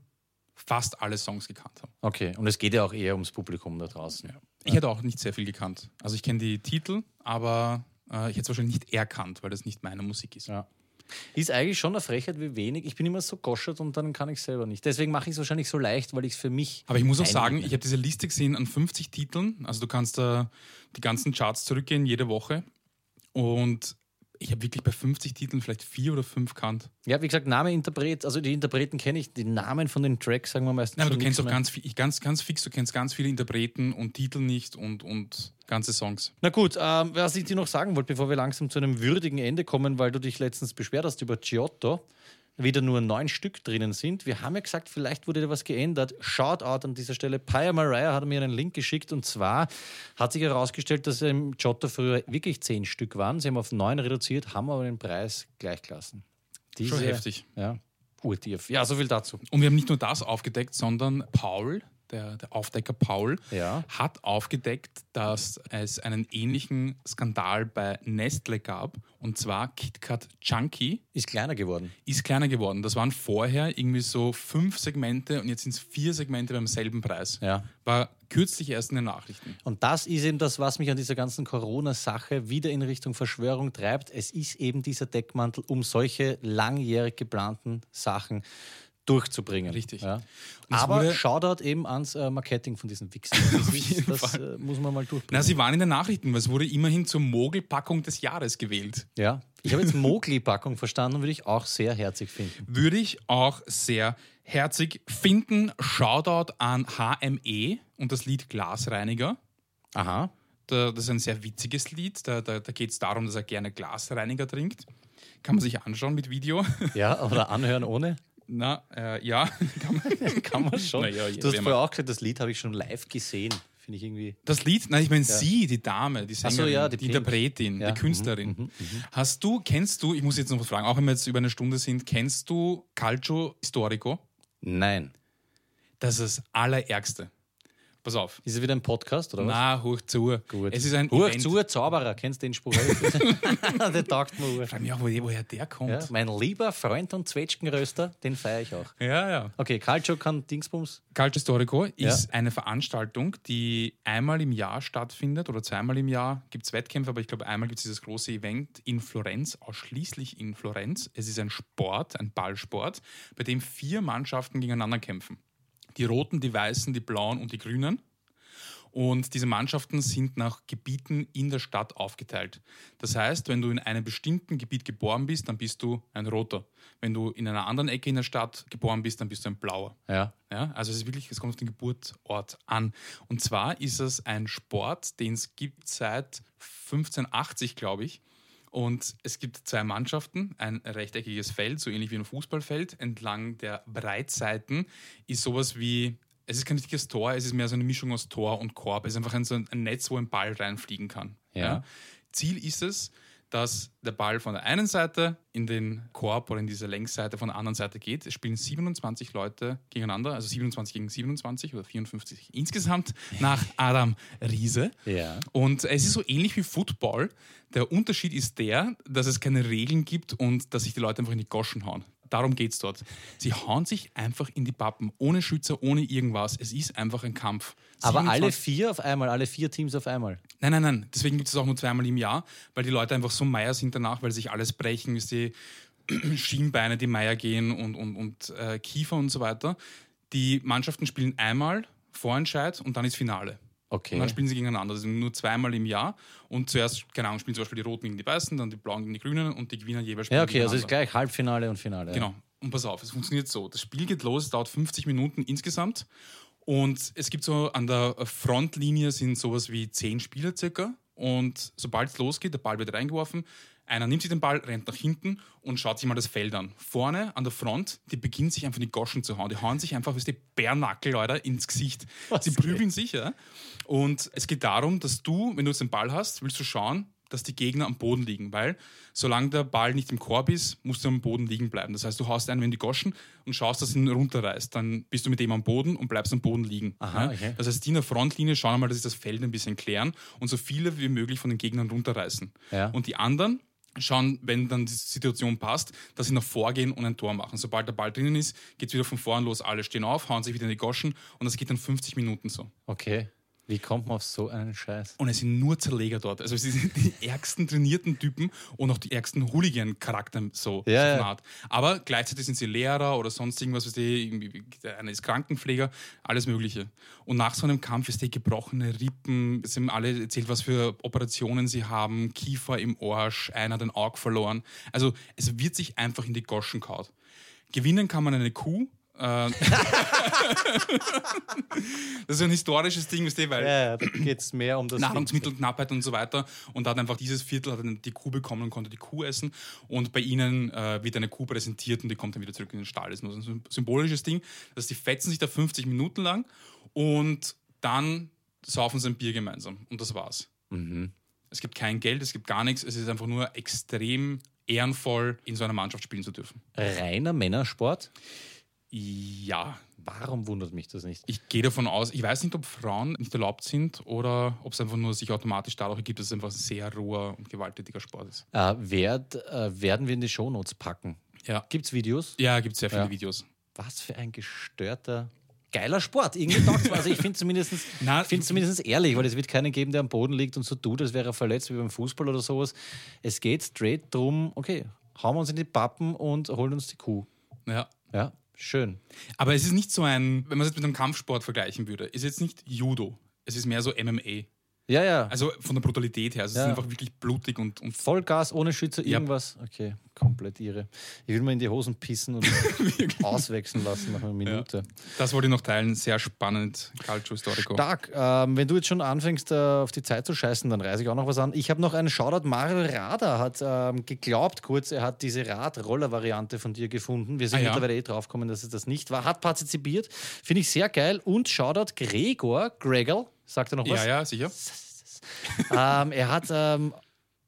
B: fast alle Songs gekannt haben.
A: Okay, und es geht ja auch eher ums Publikum da draußen.
B: Ich hätte auch nicht sehr viel gekannt. Also ich kenne die Titel, aber äh, ich hätte es wahrscheinlich nicht erkannt, weil das nicht meine Musik ist.
A: Ja. Ist eigentlich schon eine Frechheit, wie wenig. Ich bin immer so goschert und dann kann ich selber nicht. Deswegen mache ich es wahrscheinlich so leicht, weil ich es für mich.
B: Aber ich muss auch
A: Ein-
B: sagen, ich habe diese Liste gesehen an 50 Titeln. Also du kannst da die ganzen Charts zurückgehen, jede Woche. Und ich habe wirklich bei 50 Titeln vielleicht vier oder fünf kannt.
A: Ja, wie gesagt, Name, Interpret, also die Interpreten kenne ich, die Namen von den Tracks sagen wir meistens.
B: Nein, aber
A: schon
B: du kennst
A: nichts
B: doch
A: mehr.
B: ganz, viel- ich- ganz, ganz fix, du kennst ganz viele Interpreten und Titel nicht und, und ganze Songs.
A: Na gut, ähm, was ich dir noch sagen wollte, bevor wir langsam zu einem würdigen Ende kommen, weil du dich letztens beschwert hast über Giotto, wieder nur neun Stück drinnen sind. Wir haben ja gesagt, vielleicht wurde da was geändert. Shoutout an dieser Stelle. Pia Mariah hat mir einen Link geschickt und zwar hat sich herausgestellt, dass im Giotto früher wirklich zehn Stück waren. Sie haben auf neun reduziert, haben aber den Preis gleich gelassen.
B: Schon
A: Diese-
B: heftig.
A: Ja, urtief. Ja, so viel dazu.
B: Und wir haben nicht nur das aufgedeckt, sondern Paul, der, der Aufdecker Paul,
A: Ja.
B: hat aufgedeckt, dass es einen ähnlichen Skandal bei Nestle gab. Und zwar KitKat Chunky
A: Ist kleiner geworden.
B: ist kleiner geworden. Das waren vorher irgendwie so fünf Segmente und jetzt sind es vier Segmente beim selben Preis.
A: Ja.
B: War kürzlich erst in den Nachrichten.
A: Und das ist eben das, was mich an dieser ganzen Corona-Sache wieder in Richtung Verschwörung treibt. Es ist eben dieser Deckmantel, um solche langjährig geplanten Sachen durchzubringen.
B: Richtig.
A: Ja.
B: Und es
A: Aber
B: wurde-
A: Shoutout eben ans äh, Marketing von diesen Wichsern. Das, ist,
B: jeden
A: das
B: Fall.
A: äh, muss man mal durchbringen.
B: Na, sie waren in den Nachrichten, weil es wurde immerhin zur Mogelpackung des Jahres gewählt.
A: ja. Ich habe jetzt Mogli-Packung verstanden, würde ich auch sehr herzig finden.
B: Würde ich auch sehr herzig finden. Shoutout an HME und das Lied Glasreiniger.
A: Aha.
B: Da, äh, das ist ein sehr witziges Lied. Da, da, da geht es darum, dass er gerne Glasreiniger trinkt. Kann man sich anschauen mit Video.
A: Ja, oder anhören ohne?
B: Na, äh, ja, kann man,
A: Kann man schon.
B: Naja,
A: du hast
B: wenn man-
A: vorher auch gesagt, das Lied habe ich schon live gesehen. Finde ich irgendwie.
B: Das Lied, nein, ich meine sie, die Dame, die
A: so,
B: Sängerin,
A: ja, die
B: die,
A: Pink.
B: Interpretin,
A: Ja. Mhm,
B: die Künstlerin. Hast du, kennst du, ich muss jetzt noch was fragen, auch wenn wir jetzt über eine Stunde sind, kennst du Calcio Historico?
A: Nein.
B: Das ist das Allerärgste. Pass auf.
A: Ist es wieder ein Podcast oder was?
B: Na, hoch zu.
A: Gut.
B: Es ist ein
A: Huch
B: Event.
A: zu, Zauberer, kennst den Spruch? der taugt mir ur.
B: Frag mich auch, wo- woher der kommt.
A: ja, Mein lieber Freund und Zwetschgenröster, den feiere ich auch.
B: ja. ja.
A: Okay, Calcio kann Dingsbums.
B: Calcio Storico ist eine Veranstaltung, die einmal im Jahr stattfindet oder zweimal im Jahr gibt es Wettkämpfe, aber ich glaube, einmal gibt es dieses große Event in Florenz, ausschließlich in Florenz. Es ist ein Sport, ein Ballsport, bei dem vier Mannschaften gegeneinander kämpfen. Die Roten, die Weißen, die Blauen und die Grünen. Und diese Mannschaften sind nach Gebieten in der Stadt aufgeteilt. Das heißt, wenn du in einem bestimmten Gebiet geboren bist, dann bist du ein Roter. Wenn du in einer anderen Ecke in der Stadt geboren bist, dann bist du ein Blauer.
A: Ja.
B: Ja, also es ist wirklich, es kommt auf den Geburtsort an. Und zwar ist es ein Sport, den es gibt seit 1580, glaube ich. Und es gibt zwei Mannschaften, ein rechteckiges Feld, so ähnlich wie ein Fußballfeld. Entlang der Breitseiten ist sowas wie, es ist kein richtiges Tor, es ist mehr so eine Mischung aus Tor und Korb. Es ist einfach ein, so ein Netz, wo ein Ball reinfliegen kann.
A: Ja.
B: Ziel ist es, dass der Ball von der einen Seite in den Korb oder in diese Längsseite von der anderen Seite geht. Es spielen 27 Leute gegeneinander, also 27 gegen 27 oder 54 insgesamt nach Adam Riese.
A: Ja.
B: Und es ist so ähnlich wie Football. Der Unterschied ist der, dass es keine Regeln gibt und dass sich die Leute einfach in die Goschen hauen. Darum geht es dort. Sie hauen sich einfach in die Pappen, ohne Schützer, ohne irgendwas. Es ist einfach ein Kampf.
A: Aber alle
B: 27
A: vier auf einmal, alle vier Teams auf einmal.
B: Nein, nein, nein. Deswegen gibt es auch nur zweimal im Jahr, weil die Leute einfach so Meier sind danach, weil sich alles brechen, ist die Schienbeine, die Meier gehen und, und, und äh, Kiefer und so weiter. Die Mannschaften spielen einmal Vorentscheid und dann ist Finale.
A: Okay.
B: Und dann spielen sie gegeneinander. Das ist nur zweimal im Jahr. Und zuerst, keine Ahnung, spielen zum Beispiel die Roten gegen die Weißen, dann die Blauen gegen die Grünen und die Gewinner jeweils
A: Ja, okay, also
B: gegeneinander.
A: ist gleich Halbfinale und Finale.
B: Genau. Und pass auf, es funktioniert so. Das Spiel geht los, es dauert 50 Minuten insgesamt. Und es gibt so an der Frontlinie sind sowas wie 10 Spieler circa. Und sobald es losgeht, der Ball wird reingeworfen. Einer nimmt sich den Ball, rennt nach hinten und schaut sich mal das Feld an. Vorne an der Front, die beginnen sich einfach in die Goschen zu hauen. Die hauen sich einfach, wisst ihr, Bärnackel, Leute, ins Gesicht. Sie prügeln sich, ja. Und es geht darum, dass du, wenn du jetzt den Ball hast, willst du schauen, dass die Gegner am Boden liegen, weil solange der Ball nicht im Korb ist, musst du am Boden liegen bleiben. Das heißt, du haust einen in die Goschen und schaust, dass du ihn runterreißt. Dann bist du mit dem am Boden und bleibst am Boden liegen.
A: Aha,
B: Ja?
A: okay.
B: Das heißt, die in der Frontlinie schauen einmal, dass sie das Feld ein bisschen klären und so viele wie möglich von den Gegnern runterreißen.
A: Ja.
B: Und die anderen schauen, wenn dann die Situation passt, dass sie nach vorgehen und ein Tor machen. Sobald der Ball drinnen ist, geht es wieder von vorn los. Alle stehen auf, hauen sich wieder in die Goschen und das geht dann 50 Minuten so.
A: Okay. Wie kommt man auf so einen Scheiß?
B: Und es sind nur Zerleger dort. Also es sind die ärgsten trainierten Typen und auch die ärgsten Hooligan-Charakter
A: Ja,
B: so, so
A: ja.
B: von Art. Aber gleichzeitig sind sie Lehrer oder sonst irgendwas, was die, irgendwie- der eine ist Krankenpfleger, alles Mögliche. Und nach so einem Kampf ist die gebrochene Rippen, es haben alle erzählt, was für Operationen sie haben, Kiefer im Arsch, einer hat ein Auge verloren. Also es wird sich einfach in die Goschen kaut. Gewinnen kann man eine Kuh. äh, Das ist ein historisches Ding, weißt du, weil
A: Ja, da geht es mehr um das.
B: Nahrungsmittelknappheit und so weiter und hat einfach dieses Viertel hat dann die Kuh bekommen und konnte die Kuh essen und bei ihnen äh, wird eine Kuh präsentiert und die kommt dann wieder zurück in den Stall. Das ist nur so ein sym- symbolisches Ding, dass die fetzen sich da 50 Minuten lang und dann saufen sie ein Bier gemeinsam und das war's. Es gibt kein Geld, es gibt gar nichts, es ist einfach nur extrem ehrenvoll, in so einer Mannschaft spielen zu dürfen.
A: Reiner Männersport?
B: Ja,
A: Warum wundert mich das nicht?
B: Ich gehe davon aus, ich weiß nicht, ob Frauen nicht erlaubt sind oder ob es einfach nur sich automatisch dadurch ergibt, dass es einfach ein sehr roher und gewalttätiger Sport ist.
A: Äh, werd, äh, werden wir in die Shownotes packen.
B: Ja.
A: Gibt's Videos?
B: Ja, gibt sehr viele
A: Ja.
B: Videos.
A: Was für ein gestörter, geiler Sport. Irgendwie taugt Also ich finde es zumindestens,
B: Na,
A: ich find's zumindest ehrlich, weil es wird keinen geben, der am Boden liegt und so tut, als wäre er verletzt wie beim Fußball oder sowas. Es geht straight drum, okay, hauen wir uns in die Pappen und holen uns die Kuh.
B: Ja.
A: Ja, schön.
B: Aber es ist nicht so ein, wenn man es jetzt mit einem Kampfsport vergleichen würde, ist jetzt nicht Judo. Es ist mehr so MMA.
A: Ja, ja.
B: Also von der Brutalität her. Also
A: Ja.
B: Es ist einfach wirklich blutig und, und
A: Vollgas, ohne Schütze, irgendwas. Okay, komplett irre. Ich will mir in die Hosen pissen und auswechseln lassen nach einer Minute.
B: das wollte ich noch teilen. Sehr spannend. Culture Historico.
A: Stark. Ähm, wenn du jetzt schon anfängst, äh, auf die Zeit zu scheißen, dann reiße ich auch noch was an. Ich habe noch einen Shoutout. Mario Rader hat ähm, geglaubt, kurz, er hat diese Radroller-Variante von dir gefunden. Wir sind
B: Ah, ja.
A: mittlerweile eh draufgekommen, dass es das nicht war. Hat partizipiert. Finde ich sehr geil. Und Shoutout Gregor, Gregel, sagt er noch was?
B: Ja, ja, sicher.
A: ähm, er hat, ähm,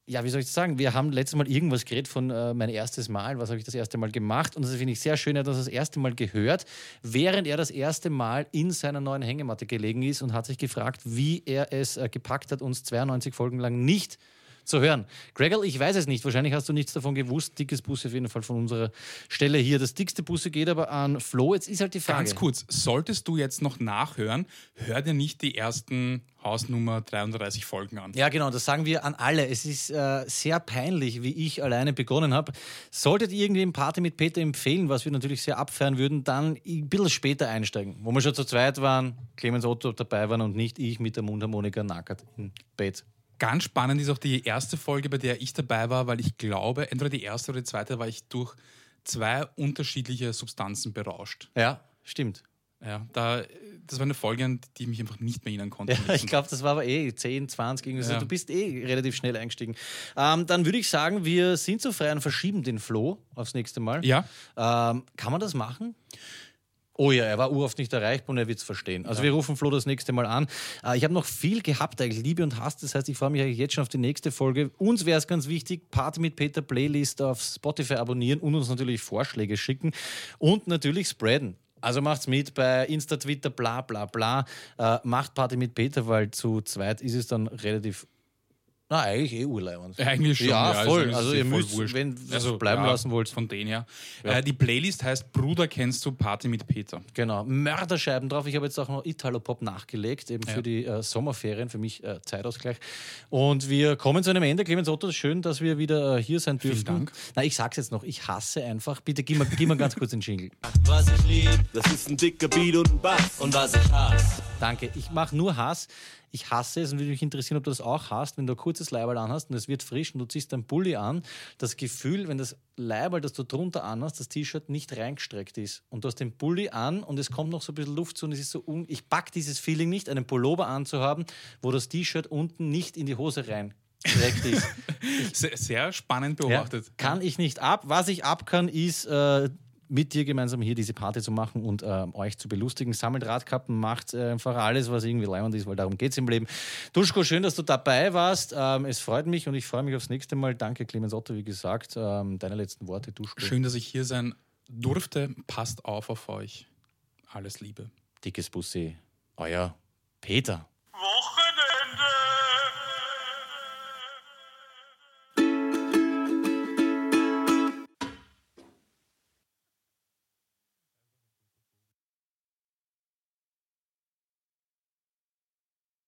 A: ja, wie soll ich das sagen? Wir haben letztes Mal irgendwas geredet von äh, mein erstes Mal, was habe ich das erste Mal gemacht? Und das finde ich sehr schön, er hat das das erste Mal gehört, während er das erste Mal in seiner neuen Hängematte gelegen ist und hat sich gefragt, wie er es äh, gepackt hat, uns 92 Folgen lang nicht zu hören. Gregel, ich weiß es nicht. Wahrscheinlich hast du nichts davon gewusst. Dickes Busse auf jeden Fall von unserer Stelle hier. Das dickste Busse geht aber an Flo. Jetzt ist halt die Frage.
B: Ganz kurz, solltest du jetzt noch nachhören, hör dir nicht die ersten Hausnummer 33 Folgen an.
A: Ja, genau, das sagen wir an alle. Es ist äh, sehr peinlich, wie ich alleine begonnen habe. Solltet ihr irgendwie ein Party mit Peter empfehlen, was wir natürlich sehr abfeiern würden, dann ein bisschen später einsteigen, wo wir schon zu zweit waren, Clemens Otto dabei waren und nicht ich mit der Mundharmonika nackert im Bett.
B: Ganz spannend ist auch die erste Folge, bei der ich dabei war, weil ich glaube, entweder die erste oder die zweite war ich durch zwei unterschiedliche Substanzen berauscht.
A: Ja, stimmt.
B: Ja, da, das war eine Folge, an die ich mich einfach nicht mehr erinnern konnte.
A: Ja, ich glaube, das war aber eh 10, 20, irgendwie so.
B: Ja.
A: Du bist eh relativ schnell eingestiegen. Ähm, dann würde ich sagen, wir sind so frei und verschieben den Flo aufs nächste Mal.
B: Ja,
A: Ähm, kann man das machen? Oh ja, er war uroft nicht erreichbar und er wird es verstehen. Also wir rufen Flo das nächste Mal an. Äh, ich habe noch viel gehabt, eigentlich Liebe und Hass. Das heißt, ich freue mich eigentlich jetzt schon auf die nächste Folge. Uns wäre es ganz wichtig, Party mit Peter Playlist auf Spotify abonnieren und uns natürlich Vorschläge schicken und natürlich spreaden. Also macht's mit bei Insta, Twitter, bla bla bla. Äh, macht Party mit Peter, weil zu zweit ist es dann relativ. Na, eigentlich eh urleibend.
B: eigentlich schon.
A: Ja, voll.
B: ist
A: Also
B: eh
A: ihr
B: voll
A: müsst,
B: wurscht.
A: wenn ihr es bleiben lassen wollt.
B: Von denen her. Äh, die Playlist heißt Bruder kennst du Party mit Peter.
A: Genau, Mörderscheiben drauf. Ich habe jetzt auch noch Italo-Pop nachgelegt, eben für die äh, Sommerferien, für mich äh, Zeitausgleich. Und wir kommen zu einem Ende. Clemens Otto, schön, dass wir wieder äh, hier sein dürfen.
B: Dank.
A: Na, ich sag's jetzt noch, ich hasse einfach. Bitte gib mal, gib mal ganz kurz den Jingle.
G: Was ich lieb, das ist ein dicker Beat und ein Bass. Und was ich hasse,
A: Danke. Ich mache nur Hass. Ich hasse es und würde mich interessieren, ob du das auch hast, wenn du ein kurzes Leiberl anhast und es wird frisch und du ziehst deinen Pulli an. Das Gefühl, wenn das Leiberl, das du drunter anhast, das T-Shirt nicht reingestreckt ist und du hast den Pulli an und es kommt noch so ein bisschen Luft zu und es ist so un Ich pack dieses Feeling nicht, einen Pullover anzuhaben, wo das T-Shirt unten nicht in die Hose reingestreckt ist.
B: Sehr, sehr spannend
A: Ja,
B: beobachtet.
A: kann ich nicht ab. Was ich ab kann, ist äh, mit dir gemeinsam hier diese Party zu machen und äh, euch zu belustigen. Sammelt Radkappen, macht äh, einfach alles, was irgendwie leimend ist, weil darum geht es im Leben. Duschko, schön, dass du dabei warst. Ähm, es freut mich und ich freue mich aufs nächste Mal. Danke, Clemens Otto, wie gesagt. Ähm, deine letzten Worte, Duschko.
B: Schön, dass ich hier sein durfte. Passt auf auf euch. Alles Liebe.
A: Dickes Bussi. Euer Peter.